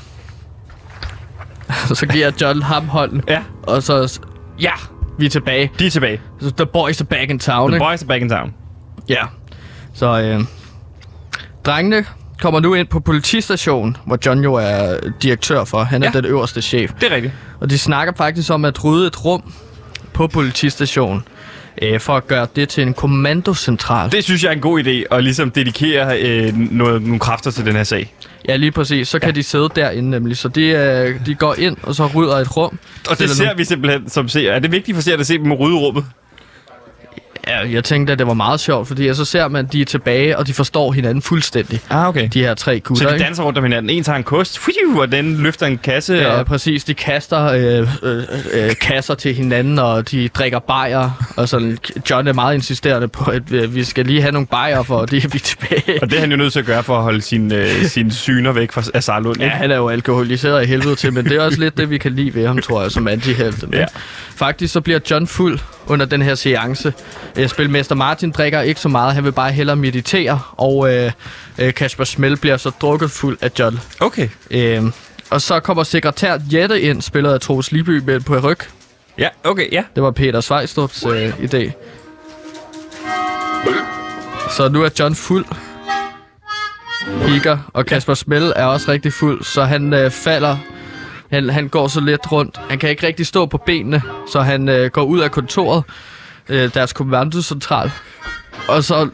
[SPEAKER 2] så giver John ham hånden.
[SPEAKER 1] Ja.
[SPEAKER 2] Og så, s- ja, vi er tilbage.
[SPEAKER 1] De er tilbage.
[SPEAKER 2] Så The boys are back in town,
[SPEAKER 1] The
[SPEAKER 2] ikke?
[SPEAKER 1] boys are back in town.
[SPEAKER 2] Ja. Så øh, drengene kommer nu ind på politistationen, hvor John jo er direktør for. Han er
[SPEAKER 1] Ja.
[SPEAKER 2] ja. den øverste chef.
[SPEAKER 1] Det er rigtigt.
[SPEAKER 2] Og de snakker faktisk om at rydde et rum på politistationen øh, for at gøre det til en kommandocentral. Det.
[SPEAKER 1] Det synes jeg er en god idé, at ligesom dedikere øh, noget, nogle kræfter til den her sag.
[SPEAKER 2] Ja, lige præcis. Så kan de sidde derinde nemlig. Så de, øh, de går ind, og så rydder et
[SPEAKER 1] Og
[SPEAKER 2] rum.
[SPEAKER 1] det
[SPEAKER 2] Stiller
[SPEAKER 1] ser
[SPEAKER 2] nogle-
[SPEAKER 1] vi simpelthen som seer. Er det vigtigt for seerne at se dem rydde rummet?
[SPEAKER 2] Ja, jeg tænkte, at det var meget sjovt, fordi ja, så ser man, at de er tilbage, og de forstår hinanden fuldstændig.
[SPEAKER 1] Ah, okay.
[SPEAKER 2] De her tre gutter,
[SPEAKER 1] Så de
[SPEAKER 2] ikke?
[SPEAKER 1] danser rundt om hinanden. En tager en kost, fiu, og den løfter en kasse.
[SPEAKER 2] Ja,
[SPEAKER 1] Ja, og...
[SPEAKER 2] præcis. De kaster øh, øh, øh, kasser til hinanden, og de drikker bajer. Og sådan, John er meget insisterende på, at øh, vi skal lige have nogle bajer, for det er vi tilbage.
[SPEAKER 1] og det er han jo nødt til at gøre for at holde sine øh, sine syner væk fra af Sarlund.
[SPEAKER 2] Ja,
[SPEAKER 1] ikke?
[SPEAKER 2] han er jo alkoholiseret af helvede til, men det er også lidt det, vi kan lide ved ham, tror jeg, som antihelte.
[SPEAKER 1] Ja.
[SPEAKER 2] Ja. Faktisk så bliver John fuld under den her seance. Øh, Spilmester Martin drikker ikke så meget, han vil bare hellere meditere, og øh, øh, Kasper Smell bliver så drukket fuld af John.
[SPEAKER 1] Okay.
[SPEAKER 2] Øh, og så kommer sekretær Jette ind, spillet af Troels Liby med på ryg.
[SPEAKER 1] Ja, okay, ja.
[SPEAKER 2] Det var Peter Svejstrup's øh, idé. Så nu er John fuld. Hikker, og Kasper Smell er også rigtig fuld, så han øh, falder. Han, han går så lidt rundt. Han kan ikke rigtig stå på benene, så han øh, går ud af kontoret, øh, deres kommandocentral. Og så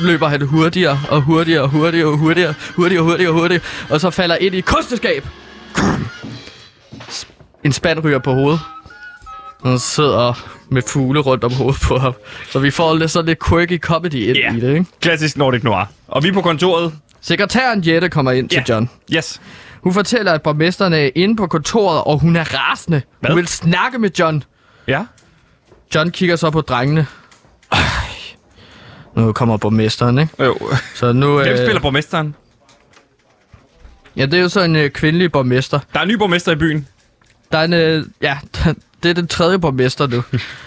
[SPEAKER 2] løber han hurtigere og hurtigere og hurtigere og hurtigere, hurtigere og hurtigere, og hurtigere, og så falder ind i et kosteskab. En spand ryger på hovedet. Han sidder med fugle rundt om hovedet på ham. Så vi får lidt sådan lidt quirky comedy ind
[SPEAKER 1] Ja.
[SPEAKER 2] yeah. i det, ikke?
[SPEAKER 1] Klassisk Nordic Noir. Og vi er på kontoret.
[SPEAKER 2] Sekretæren Jette kommer ind til
[SPEAKER 1] Ja.
[SPEAKER 2] John.
[SPEAKER 1] Yes.
[SPEAKER 2] Hun fortæller, at borgmesteren er inde på kontoret, og hun er rasende.
[SPEAKER 1] Hvad?
[SPEAKER 2] Hun vil snakke med John.
[SPEAKER 1] Ja.
[SPEAKER 2] John kigger så på drengene. Øj. Nu kommer borgmesteren, ikke?
[SPEAKER 1] Jo.
[SPEAKER 2] Så nu, øh,
[SPEAKER 1] Hvem spiller borgmesteren?
[SPEAKER 2] Ja, det er jo så en øh, kvindelig borgmester.
[SPEAKER 1] Der er en ny borgmester i byen
[SPEAKER 2] Der er en... Øh, ja, det er den tredje borgmester nu.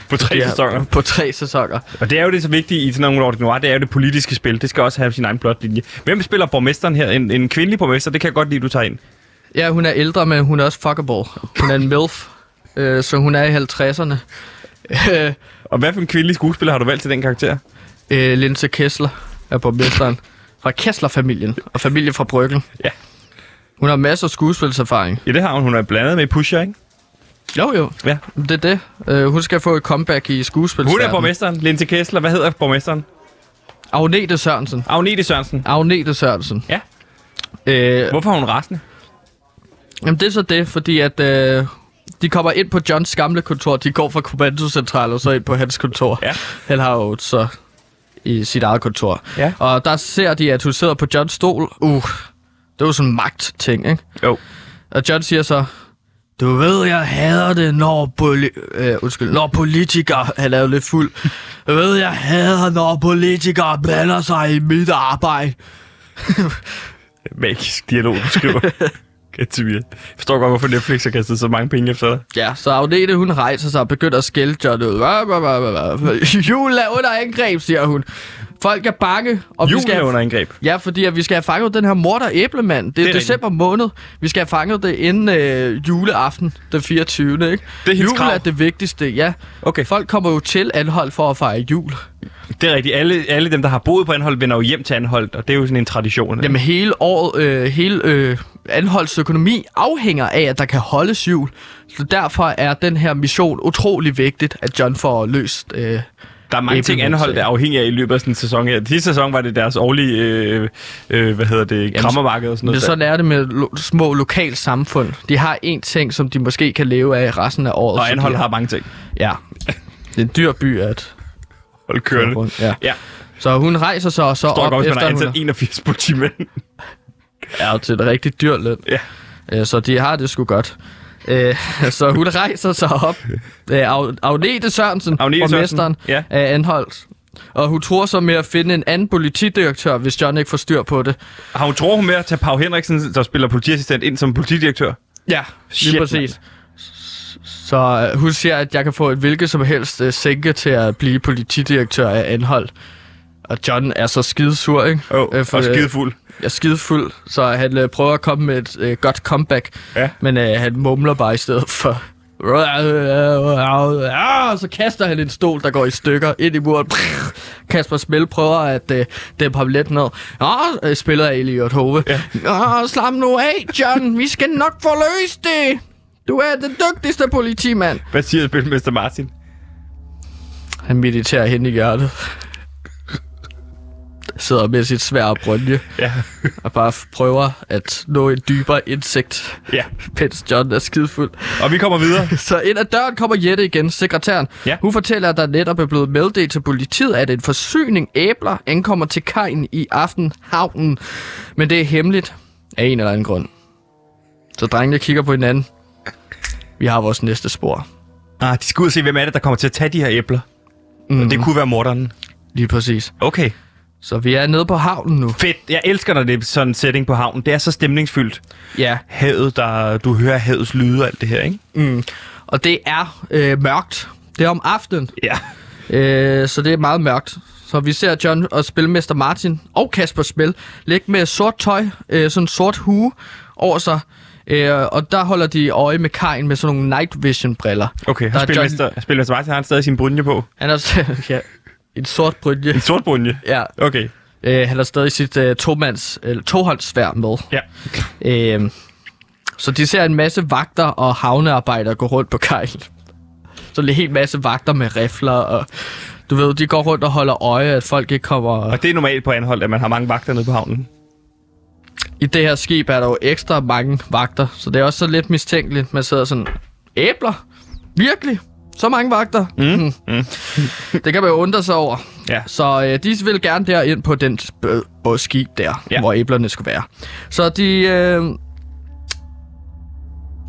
[SPEAKER 1] på tre ja. sæsoner.
[SPEAKER 2] På tre sæsoner.
[SPEAKER 1] Og det er jo det så vigtige i sådan nogle Nordic Noir, det er jo det politiske spil. Det skal også have sin egen blot linje. Hvem spiller borgmesteren her? En, en kvindelig borgmester, det kan jeg godt lide, du tager ind.
[SPEAKER 2] Ja, hun er ældre, men hun er også fuckable. Hun er en MILF, øh, så hun er i 50'erne. Øh,
[SPEAKER 1] Og hvad for en kvindelig skuespiller har du valgt til den karakter?
[SPEAKER 2] øh, Linse Kessler er borgmesteren fra Kessler-familien og familie fra Bryggen.
[SPEAKER 1] Ja.
[SPEAKER 2] Hun har masser af skuespilserfaring.
[SPEAKER 1] Ja, det har hun. Hun er blandet med i Pusher, ikke?
[SPEAKER 2] Jo, jo.
[SPEAKER 1] Ja.
[SPEAKER 2] Det er det. Øh, hun skal få et comeback i skuespil.
[SPEAKER 1] Hun er borgmesteren. Linse Kessler. Hvad hedder borgmesteren?
[SPEAKER 2] Agnete Sørensen.
[SPEAKER 1] Agnete Sørensen.
[SPEAKER 2] Agnete Sørensen.
[SPEAKER 1] Ja.
[SPEAKER 2] Øh,
[SPEAKER 1] Hvorfor er hun rasende?
[SPEAKER 2] jamen, det er så det, fordi at... Øh, de kommer ind på Johns gamle kontor. De går fra kommandocentral og så ind på hans kontor.
[SPEAKER 1] Ja.
[SPEAKER 2] Han har jo så i sit eget kontor.
[SPEAKER 1] Ja.
[SPEAKER 2] Og der ser de, at hun sidder på Johns stol. Uh, det er jo sådan en magt-ting, ikke?
[SPEAKER 1] Jo.
[SPEAKER 2] Og John siger så, du ved, jeg hader det, når, poli- øh, undskyld, når politikere... Han er jo lidt fuld. Du ved, jeg hader, når politikere blander sig i mit arbejde.
[SPEAKER 1] Magisk dialog, du skriver. Katimia. Jeg forstår godt, hvorfor Netflix har kastet så mange penge efter dig.
[SPEAKER 2] Ja, så Agnete, hun rejser sig og begynder at skælde John ud. Hva, hva, hva, hva, hva. Julen er under angreb, siger hun. Folk er bange, og vi
[SPEAKER 1] Julen
[SPEAKER 2] skal...
[SPEAKER 1] er under angreb.
[SPEAKER 2] Ja, fordi at vi skal have fanget den her morder æblemand. Det er,
[SPEAKER 1] Det
[SPEAKER 2] det
[SPEAKER 1] er
[SPEAKER 2] er december måned. Vi skal have fanget det inden øh, juleaften, den 24. Ikke?
[SPEAKER 1] Det er hendes
[SPEAKER 2] Jul
[SPEAKER 1] krav.
[SPEAKER 2] er det vigtigste, ja.
[SPEAKER 1] Okay.
[SPEAKER 2] Folk kommer jo til Anhold for at fejre jul.
[SPEAKER 1] Det er rigtigt. Alle, alle dem, der har boet på Anholdt, vender jo hjem til Anholdt, og det er jo sådan en tradition.
[SPEAKER 2] Jamen hele året, øh, hele øh, Anholds økonomi afhænger af, at der kan holdes jul. Så derfor er den her mission utrolig vigtigt, at John får løst. Øh,
[SPEAKER 1] Der er mange ting,
[SPEAKER 2] Æblemosaik.
[SPEAKER 1] Anholdt er afhængig af i løbet af sådan en sæson her. Sidste sæson var det deres årlige, øh, øh, hvad hedder det, krammermarked og sådan
[SPEAKER 2] men
[SPEAKER 1] noget.
[SPEAKER 2] sådan er det med lo- små lokale samfund. De har én ting, som de måske kan leve af resten af året. så
[SPEAKER 1] og
[SPEAKER 2] de
[SPEAKER 1] Anholdt har mange ting.
[SPEAKER 2] Ja. Det er en dyr by at
[SPEAKER 1] Hold kørende.
[SPEAKER 2] rundt. Ja.
[SPEAKER 1] Ja,
[SPEAKER 2] Så hun rejser sig og så
[SPEAKER 1] står
[SPEAKER 2] op
[SPEAKER 1] godt, hvis man har
[SPEAKER 2] efter, at hun
[SPEAKER 1] ansat 81 politimænd.
[SPEAKER 2] er jo til et rigtig dyr løn.
[SPEAKER 1] Ja.
[SPEAKER 2] Øh, Så de har det sgu godt. Øh, så hun rejser sig op. Øh, Ag- Agnete Sørensen,
[SPEAKER 1] Agnete
[SPEAKER 2] borgmesteren
[SPEAKER 1] Sørensen,
[SPEAKER 2] af Anholdt. Og hun tror så med at finde en anden politidirektør, hvis John ikke får styr på det.
[SPEAKER 1] Har hun tror hun med at tage Pau Henriksen, der spiller politiassistent, ind som politidirektør?
[SPEAKER 2] Ja,
[SPEAKER 1] Shit,
[SPEAKER 2] lige præcis. S- Så øh, hun siger, at jeg kan få et hvilket som helst øh, sænke til at blive politidirektør af Anholdt. Og John er så skidesur, ikke?
[SPEAKER 1] Åh,
[SPEAKER 2] Øh,
[SPEAKER 1] oh,
[SPEAKER 2] for,
[SPEAKER 1] og
[SPEAKER 2] øh,
[SPEAKER 1] skidefuld.
[SPEAKER 2] er skidefuld, så han øh, prøver at komme med et øh, godt comeback.
[SPEAKER 1] Ja.
[SPEAKER 2] Men øh, han mumler bare i stedet for... Så kaster han en stol, der går i stykker ind i muren. Kasper Smell prøver at øh, dæmpe ham lidt ned. Åh, øh, spiller af Elliot Hove. Ja. Åh, slap nu af, John. Vi skal nok få løst det. Du er den dygtigste politimand.
[SPEAKER 1] Hvad siger spilmester Martin?
[SPEAKER 2] Han mediterer hen i hjørnet. Sidder med sit svære brønje
[SPEAKER 1] Ja,
[SPEAKER 2] og bare prøver at nå en dybere indsigt,
[SPEAKER 1] ja.
[SPEAKER 2] mens John er skidefuld.
[SPEAKER 1] Og vi kommer videre.
[SPEAKER 2] Så ind ad døren kommer Jette igen, sekretæren.
[SPEAKER 1] Ja.
[SPEAKER 2] Hun fortæller, at der netop er blevet meddelt til politiet, at en forsyning æbler ankommer til kajen i aftenhavnen. Men det er hemmeligt af en eller anden grund. Så drengene kigger på hinanden. Vi har vores næste spor.
[SPEAKER 1] Ah, de skal ud og se, hvem er det, der kommer til at tage de her æbler. Mm. Og det kunne være morderen.
[SPEAKER 2] Lige præcis.
[SPEAKER 1] Okay.
[SPEAKER 2] Så vi er nede på havnen nu.
[SPEAKER 1] Fedt. Jeg elsker, når det er sådan en setting på havnen. Det er så stemningsfyldt.
[SPEAKER 2] Ja.
[SPEAKER 1] Havet, der, du hører havets lyde og alt det her, ikke?
[SPEAKER 2] Mm. Og det er øh, mørkt. Det er om aftenen.
[SPEAKER 1] Ja.
[SPEAKER 2] Øh, så det er meget mørkt. Så vi ser John og spilmester Martin og Kasper Spil ligge med sort tøj, øh, sådan en sort hue over sig. Øh, og der holder de øje med kajen med sådan nogle night vision briller.
[SPEAKER 1] Okay,
[SPEAKER 2] Der er
[SPEAKER 1] og spilmester, John... spilmester Martin har han stadig sin brynje på.
[SPEAKER 2] Han har ja, en sort brynje.
[SPEAKER 1] En sort brynje.
[SPEAKER 2] Ja,
[SPEAKER 1] Okay.
[SPEAKER 2] øh, han har stadig sit øh, tomands, eller tohåndssvær med.
[SPEAKER 1] Ja.
[SPEAKER 2] Øh, så de ser en masse vagter og havnearbejdere gå rundt på kajen. Så en helt masse vagter med rifler, og du ved, de går rundt og holder øje, at folk ikke kommer...
[SPEAKER 1] Og det er normalt på Anhold, at man har mange vagter nede på havnen.
[SPEAKER 2] I det her skib er der jo ekstra mange vagter, så det er også så lidt mistænkeligt. Man sidder sådan, æbler? Virkelig? Så mange vagter? Mm. Mm. det kan man jo undre sig over.
[SPEAKER 1] Ja.
[SPEAKER 2] Så øh, de vil gerne derind på den øh, på skib der,
[SPEAKER 1] Ja.
[SPEAKER 2] ja. hvor æblerne skulle være. Så de... Øh,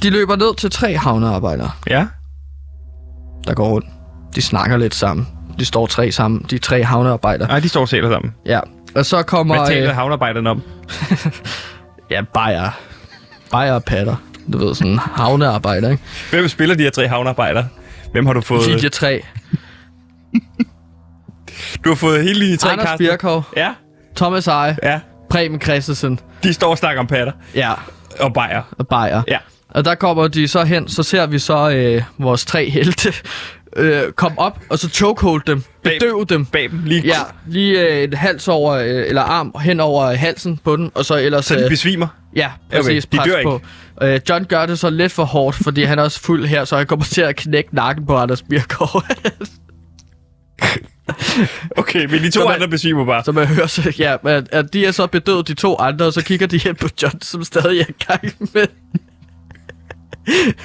[SPEAKER 2] de løber ned til tre havnearbejdere,
[SPEAKER 1] Ja.
[SPEAKER 2] der går rundt. De snakker lidt sammen. De står tre sammen, de tre havnearbejdere.
[SPEAKER 1] Nej, de står og taler sammen.
[SPEAKER 2] Ja. Og så kommer... øh,
[SPEAKER 1] Hvad taler havnearbejderne om?
[SPEAKER 2] ja, bajer. Bajer og patter. Du ved, sådan havnearbejder, ikke?
[SPEAKER 1] Hvem spiller de her tre havnearbejdere? Hvem har du fået?
[SPEAKER 2] Linje 3.
[SPEAKER 1] Du har fået hele de tre
[SPEAKER 2] Anders
[SPEAKER 1] kaster.
[SPEAKER 2] Birkov,
[SPEAKER 1] Ja,
[SPEAKER 2] Thomas Eje,
[SPEAKER 1] ja.
[SPEAKER 2] Preben Christensen.
[SPEAKER 1] De står og snakker om patter.
[SPEAKER 2] Ja.
[SPEAKER 1] og bajer.
[SPEAKER 2] og Bayer.
[SPEAKER 1] Ja.
[SPEAKER 2] Og der kommer de så hen, så ser vi så øh, vores tre helte øh, komme op, og så chokehold dem, bedøve dem.
[SPEAKER 1] Bag dem lige.
[SPEAKER 2] Ja, lige øh, en hals over, øh, eller arm hen over halsen på den, og så ellers...
[SPEAKER 1] Så de
[SPEAKER 2] øh,
[SPEAKER 1] besvimer.
[SPEAKER 2] Ja, præcis.
[SPEAKER 1] de
[SPEAKER 2] pres
[SPEAKER 1] dør ikke.
[SPEAKER 2] på. Øh, John gør det så lidt for hårdt, fordi han er også fuld her, så han kommer til at knække nakken på Anders Birkov.
[SPEAKER 1] Okay, men de to
[SPEAKER 2] Så man-
[SPEAKER 1] andre besvimer bare.
[SPEAKER 2] så man hører så, ja, at, at de er så bedøvet, de to andre, og så kigger de hen på John, som stadig er i gang med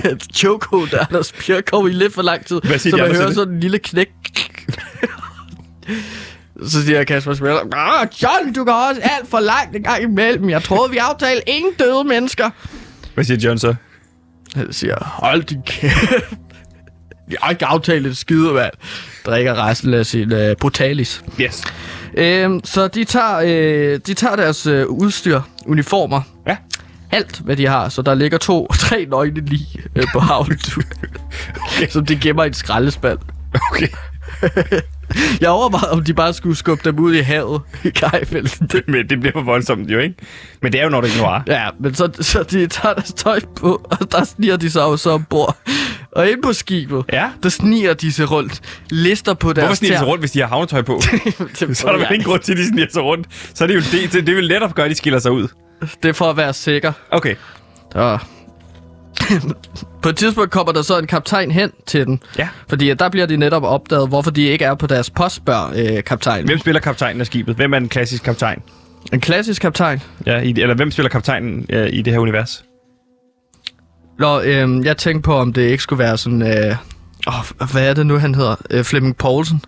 [SPEAKER 2] et chokehold af Anders Birkov i lidt for lang tid.
[SPEAKER 1] Hvad siger
[SPEAKER 2] så
[SPEAKER 1] de
[SPEAKER 2] man
[SPEAKER 1] andre
[SPEAKER 2] hører
[SPEAKER 1] til
[SPEAKER 2] sådan en lille knæk. Så siger Kasper Smeller, "Ah, John, du går også alt for langt en gang imellem. Jeg troede, vi aftalte ingen døde mennesker.
[SPEAKER 1] Hvad siger John så?
[SPEAKER 2] Han siger, hold din kæft. Jeg har ikke aftalt et skide, mand. Drikker resten af sin øh, brutalis.
[SPEAKER 1] Yes.
[SPEAKER 2] Øhm, så de tager, øh, de tager deres øh, udstyr, uniformer.
[SPEAKER 1] Ja.
[SPEAKER 2] Alt, hvad de har. Så der ligger to, tre nøgne lige øh, på havnen, okay. som de gemmer i en skraldespand.
[SPEAKER 1] Okay.
[SPEAKER 2] Jeg overvejede, om de bare skulle skubbe dem ud i havet i Kajfeldt.
[SPEAKER 1] Men det bliver for voldsomt jo, ikke? Men det er jo når det ikke noir.
[SPEAKER 2] Ja, men så, så de tager deres tøj på, og der sniger de sig jo så ombord. Og ind på skibet,
[SPEAKER 1] Ja.
[SPEAKER 2] der sniger de sig rundt. Lister på deres
[SPEAKER 1] Hvorfor sniger de sig rundt, hvis de har havnetøj på?
[SPEAKER 2] rundt? det,
[SPEAKER 1] Så er der vel ingen grund til, at de sniger sig rundt. Så er det jo det, det, det vil netop gøre, at de skiller sig ud.
[SPEAKER 2] det er for at være sikker.
[SPEAKER 1] Okay.
[SPEAKER 2] Og på et tidspunkt kommer der så en kaptajn hen til den.
[SPEAKER 1] Ja.
[SPEAKER 2] Fordi at der bliver de netop opdaget, hvorfor de ikke er på deres post, spørger øh, kaptajnen.
[SPEAKER 1] Hvem spiller kaptajnen af skibet? Hvem er den klassiske kaptajn?
[SPEAKER 2] En klassisk kaptajn.
[SPEAKER 1] Ja, i, eller hvem spiller kaptajnen øh, i det her univers?
[SPEAKER 2] Nå, øh, jeg tænkte på, om det ikke skulle være sådan... Øh, oh, hvad er det nu, han hedder? Øh, Flemming Poulsen.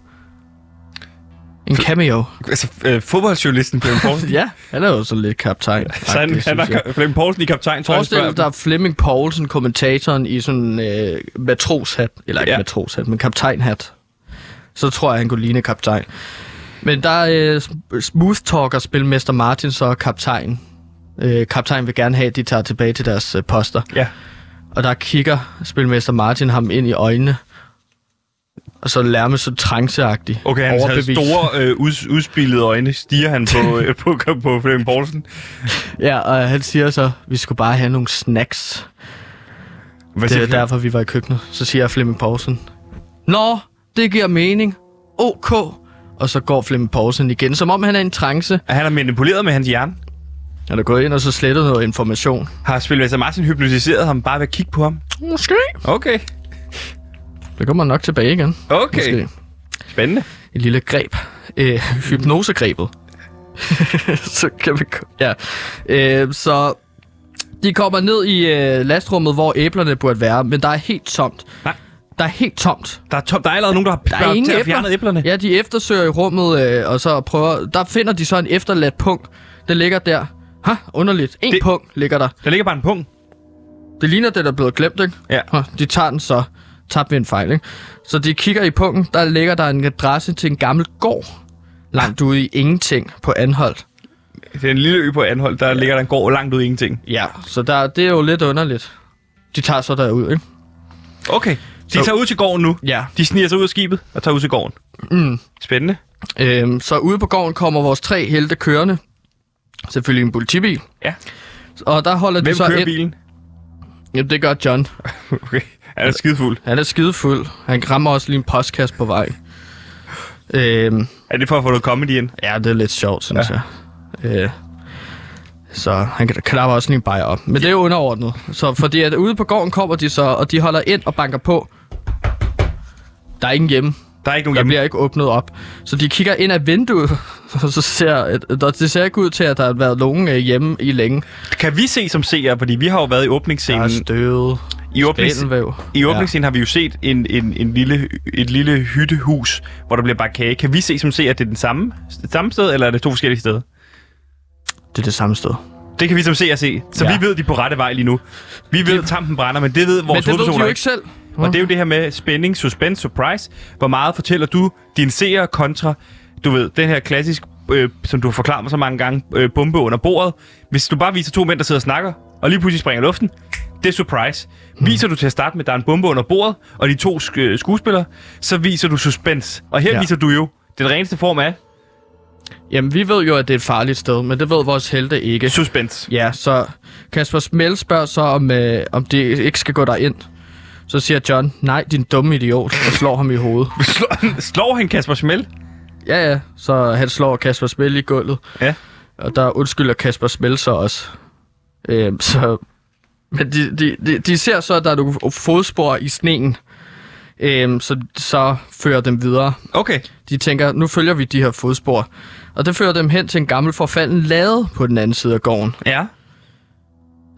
[SPEAKER 2] En cameo.
[SPEAKER 1] Altså, øh, fodboldjournalisten Flemming Poulsen.
[SPEAKER 2] Ja, han er jo sådan lidt kaptajn.
[SPEAKER 1] Så han, han er Flemming Poulsen i kaptajn, tror jeg,
[SPEAKER 2] Forestil
[SPEAKER 1] spørger
[SPEAKER 2] dig, der er Flemming Poulsen, kommentatoren i sådan en øh, matroshat, eller ikke
[SPEAKER 1] Ja.
[SPEAKER 2] ja. matroshat, men kaptajnhat. Så tror jeg, han kunne ligne kaptajn. Men der er øh, sm- smooth talker, spilmester Martin, så er kaptajn. Øh, kaptajn vil gerne have, at de tager tilbage til deres øh, poster.
[SPEAKER 1] dem. Ja.
[SPEAKER 2] Og der kigger spilmester Martin ham ind i øjnene. Og så nærmest så tranceagtig.
[SPEAKER 1] Okay, han havde
[SPEAKER 2] overbevist.
[SPEAKER 1] store øh, uds, udspillede øjne. Stiger han på, øh, på, på Flemming Poulsen?
[SPEAKER 2] Ja, og han siger så, vi skulle bare have nogle snacks.
[SPEAKER 1] Hvad
[SPEAKER 2] Det
[SPEAKER 1] siger
[SPEAKER 2] er
[SPEAKER 1] Flemming?
[SPEAKER 2] derfor, vi var i køkkenet. Så siger jeg Flemming Poulsen. Nå, det giver mening. OK. Og så går Flemming Poulsen igen, som om han er i en trance.
[SPEAKER 1] Han er manipuleret med hans hjerne.
[SPEAKER 2] Han er gået ind og så slettet noget information.
[SPEAKER 1] Har Spilvæser Martin hypnotiseret ham bare ved at kigge på ham?
[SPEAKER 2] Måske.
[SPEAKER 1] Okay.
[SPEAKER 2] Det kommer han nok tilbage igen.
[SPEAKER 1] Okay.
[SPEAKER 2] Måske.
[SPEAKER 1] Spændende.
[SPEAKER 2] Et lille greb. Øh, hypnosegrebet. så kan vi... ko- Ja. Øh, så de kommer ned i øh, lastrummet, hvor æblerne burde være, men der er helt tomt.
[SPEAKER 1] Nej.
[SPEAKER 2] Der er helt tomt.
[SPEAKER 1] Der er, tom, der er allerede nogen, der har,
[SPEAKER 2] Der er ingen
[SPEAKER 1] der har
[SPEAKER 2] æbler.
[SPEAKER 1] fjernet æblerne.
[SPEAKER 2] Ja, de eftersøger i rummet, øh, og så prøver... Der finder de så en efterladt punkt. Den ligger der. Ha, underligt. En
[SPEAKER 1] Det-
[SPEAKER 2] det... punkt ligger der.
[SPEAKER 1] Der ligger bare en pung.
[SPEAKER 2] Det ligner, den er blevet glemt, ikke?
[SPEAKER 1] Ja.
[SPEAKER 2] Ha, de tager den så. Tabte vi en fejl, ikke? Så de kigger i punkten. Der ligger der en adresse til en gammel gård. Langt
[SPEAKER 1] Ah.
[SPEAKER 2] ude i ingenting på Anholdt.
[SPEAKER 1] Det er en lille ø på Anhold, der ligger der en gård langt ud i ingenting.
[SPEAKER 2] Ja, så der, det er jo lidt underligt. De tager så derud, ikke?
[SPEAKER 1] Okay. De så...
[SPEAKER 2] Så-
[SPEAKER 1] tager ud til gården nu.
[SPEAKER 2] Ja.
[SPEAKER 1] De sniger sig ud af skibet og tager ud til gården.
[SPEAKER 2] Mm.
[SPEAKER 1] Spændende.
[SPEAKER 2] Øhm, så ude på gården kommer vores tre helte kørende. Selvfølgelig en politibil.
[SPEAKER 1] Ja.
[SPEAKER 2] Og der holder
[SPEAKER 1] Hvem
[SPEAKER 2] de så
[SPEAKER 1] kører
[SPEAKER 2] ind.
[SPEAKER 1] bilen?
[SPEAKER 2] Jamen, det gør John.
[SPEAKER 1] Okay. Han er skidefuld.
[SPEAKER 2] Han er skidefuld. Han rammer også lige en postkasse på vej. Øhm,
[SPEAKER 1] Er det for at få noget comedy ind?
[SPEAKER 2] ja, det er lidt sjovt, synes ja. jeg. Øh, så han kan- klapper også lige en bajer op. Men det er jo underordnet. Så fordi at ude på gården kommer de så, og de holder ind og banker på. Der er ingen hjemme.
[SPEAKER 1] Der er ikke nogen
[SPEAKER 2] Der
[SPEAKER 1] hjemme.
[SPEAKER 2] bliver ikke åbnet op. Så de kigger ind ad vinduet, og så ser, at, der, det ser ikke ud til, at der har været nogen øh, hjemme i længe.
[SPEAKER 1] Kan vi se som seere, fordi vi har jo været i
[SPEAKER 2] Der er
[SPEAKER 1] åbningsscenen.
[SPEAKER 2] støvet.
[SPEAKER 1] I, åbnings...
[SPEAKER 2] Spindelvæv.
[SPEAKER 1] I åbningsscenen har vi jo set en, en, en lille, et lille hyttehus, hvor der bliver bagt kage. Kan vi se som seere, at det er den samme, samme sted, eller er det to forskellige steder?
[SPEAKER 2] Det er det samme sted.
[SPEAKER 1] Det kan vi som seere se. Så
[SPEAKER 2] Ja.
[SPEAKER 1] vi ved, de er på rette vej lige nu. Vi ved, at tampen brænder, men det ved
[SPEAKER 2] Men
[SPEAKER 1] vores
[SPEAKER 2] det ved de
[SPEAKER 1] hovedpersoner ikke.
[SPEAKER 2] jo ikke selv.
[SPEAKER 1] Og det er jo det her med spænding, suspense, surprise. Hvor meget fortæller du din seer kontra, du ved, den her klassisk, øh, som du har forklaret mig så mange gange, øh, bombe under bordet. Hvis du bare viser to mænd, der sidder og snakker, og lige pludselig springer i luften, det er surprise. Viser du til at starte med, at der er en bombe under bordet, og de to sk- øh, skuespillere, så viser du suspense. Og her ja.
[SPEAKER 2] Ja.
[SPEAKER 1] viser du jo den reneste form af
[SPEAKER 2] Jamen, vi ved jo, at det er et farligt sted, men det ved vores helte ikke.
[SPEAKER 1] Suspense.
[SPEAKER 2] Ja, så Kasper Smell spørger så, om, øh, om det ikke skal gå derind. Så siger John, nej, din dumme idiot, og slår ham i hovedet.
[SPEAKER 1] Slår, slår han Kasper Schmel?
[SPEAKER 2] Ja, ja, så han slår Kasper Smell i gulvet.
[SPEAKER 1] Ja.
[SPEAKER 2] Og der undskylder Kasper Smell så også. Øh, så... Men de, de, de, de ser så, at der er nogle fodspor i sneen. Øh, så, så fører dem videre.
[SPEAKER 1] Okay.
[SPEAKER 2] De tænker, nu følger vi de her fodspor. Og det fører dem hen til en gammel forfalden lade på den anden side af gården.
[SPEAKER 1] Ja.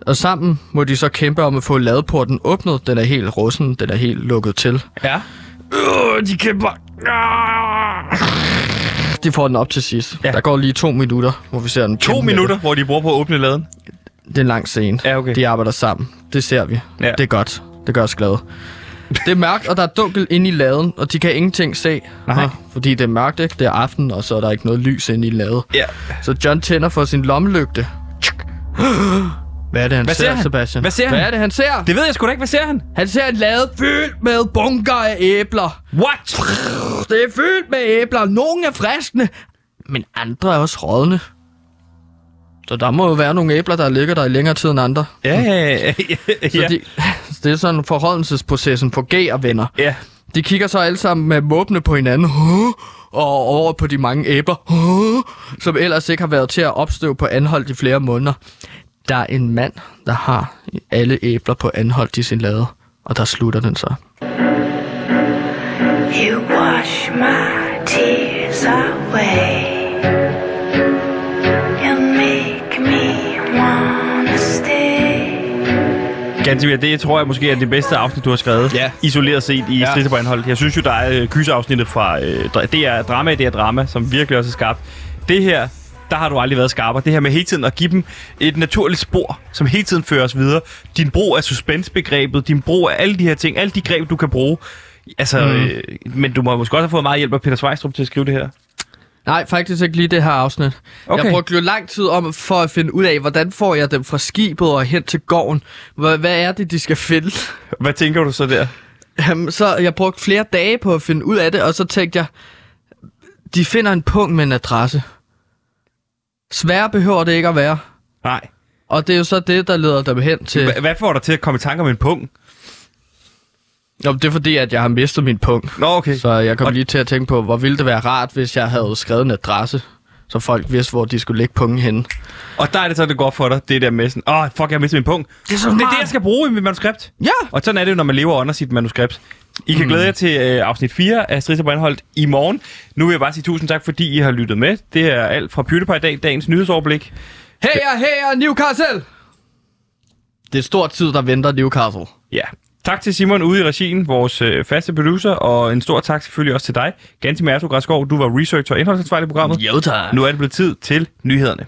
[SPEAKER 2] Og sammen må de så kæmpe om at få ladeporten åbnet. Den er helt russen, den er helt lukket til.
[SPEAKER 1] Ja.
[SPEAKER 2] Øh, de kæmper. De får den op til sidst.
[SPEAKER 1] Ja.
[SPEAKER 2] Ja. Der går lige to minutter, hvor vi ser den.
[SPEAKER 1] To
[SPEAKER 2] kæmpe med
[SPEAKER 1] minutter, hvor de bruger på at åbne laden.
[SPEAKER 2] Det. Det er en lang scene.
[SPEAKER 1] Ja, okay.
[SPEAKER 2] De arbejder sammen. Det ser vi.
[SPEAKER 1] Ja.
[SPEAKER 2] Ja. Det er godt. Det gør os glade. Det er mørkt, og der er dunkel inde i laden, og de kan ingenting se.
[SPEAKER 1] Nej.
[SPEAKER 2] fordi det er mørkt, ikke? Det er aften, og så er der ikke noget lys inde i laden.
[SPEAKER 1] Ja.
[SPEAKER 2] Så John tænder for sin lommelygte. Hvad er det, han
[SPEAKER 1] Hvad
[SPEAKER 2] ser,
[SPEAKER 1] ser han?
[SPEAKER 2] Sebastian?
[SPEAKER 1] Hvad ser han?
[SPEAKER 2] Hvad er det, han ser?
[SPEAKER 1] Det ved jeg sgu da ikke. Hvad ser han?
[SPEAKER 2] Han ser en lade fyldt med bunker af æbler.
[SPEAKER 1] What?
[SPEAKER 2] Det er fyldt med æbler. Nogle er friskende, men andre er også rådne. Så der må jo være nogle æbler, der ligger der i længere tid end andre.
[SPEAKER 1] Ja, ja,
[SPEAKER 2] Så
[SPEAKER 1] ja.
[SPEAKER 2] de, det er sådan, forholdelsesprocessen fungerer, venner.
[SPEAKER 1] ja.
[SPEAKER 2] De kigger så alle sammen med måbne på hinanden. Huh? Og over på de mange æbler, huh? som ellers ikke har været til at opstøve på anholdt i flere måneder. Der er en mand, der har alle æbler på anholdt i sin lade. Og der slutter den så.
[SPEAKER 6] You wash my tears away. You make me wanna stay.
[SPEAKER 1] Gansimir, det tror jeg måske er det bedste afsnit, du har skrevet.
[SPEAKER 2] Ja.
[SPEAKER 1] Isoleret set i ja. på anholdet. Jeg synes jo, der er øh, kyseafsnittet fra øh, dra- DR Drama i DR Drama, som virkelig også er skarpt. Det her, der har du aldrig været skarpere. Det her med hele tiden at give dem et naturligt spor, som hele tiden fører os videre. Din brug af suspensbegrebet, din brug af alle de her ting, alle de greb, du kan bruge. Altså, mm. øh, men du må måske også have fået meget hjælp af Peter Svejstrup til at skrive det her.
[SPEAKER 2] Nej, faktisk ikke lige det her afsnit. Okay.
[SPEAKER 1] Okay.
[SPEAKER 2] Jeg brugte jo lang tid om for at finde ud af, hvordan får jeg dem fra skibet og hen til gården. Hvad, hvad er det, de skal finde?
[SPEAKER 1] Hvad tænker du så der?
[SPEAKER 2] Jamen, Øhm, så jeg brugte flere dage på at finde ud af det, og så tænkte jeg, de finder en punkt med en adresse. Sværere behøver det ikke at være.
[SPEAKER 1] Nej.
[SPEAKER 2] Og det er jo så det, der leder dem hen til...
[SPEAKER 1] Hva- Hvad får dig til at komme i tanke om en punkt?
[SPEAKER 2] Nå, men det er fordi, at jeg har mistet min punkt.
[SPEAKER 1] Nå, okay.
[SPEAKER 2] Så jeg kom
[SPEAKER 1] Og-
[SPEAKER 2] lige til at tænke på, hvor ville det være rart, hvis jeg havde skrevet en adresse, så folk vidste, hvor de skulle lægge pungen henne.
[SPEAKER 1] Og der er det så, det går for dig, det der med sådan, åh, oh, fuck, jeg har mistet min punkt. Det er,
[SPEAKER 2] så
[SPEAKER 1] det, er
[SPEAKER 2] smart.
[SPEAKER 1] det, jeg skal bruge i mit manuskript.
[SPEAKER 2] Ja!
[SPEAKER 1] Og sådan er det jo, når man lever under sit manuskript. I kan mm. glæde jer til øh, afsnit 4 af Strids Brandholdt i morgen. Nu vil jeg bare sige tusind tak, fordi I har lyttet med. Det er alt fra PewDiePie i dag, dagens nyhedsoverblik.
[SPEAKER 2] Hey, hey, Newcastle! Det er stor tid, der venter Newcastle.
[SPEAKER 1] Ja. Tak til Simon ude i regien, vores øh, faste producer, og en stor tak selvfølgelig også til dig, Ganti Merto Græskov. Du var researcher og indholdsansvarlig i programmet.
[SPEAKER 2] Jo tak.
[SPEAKER 1] Nu er det blevet tid til nyhederne.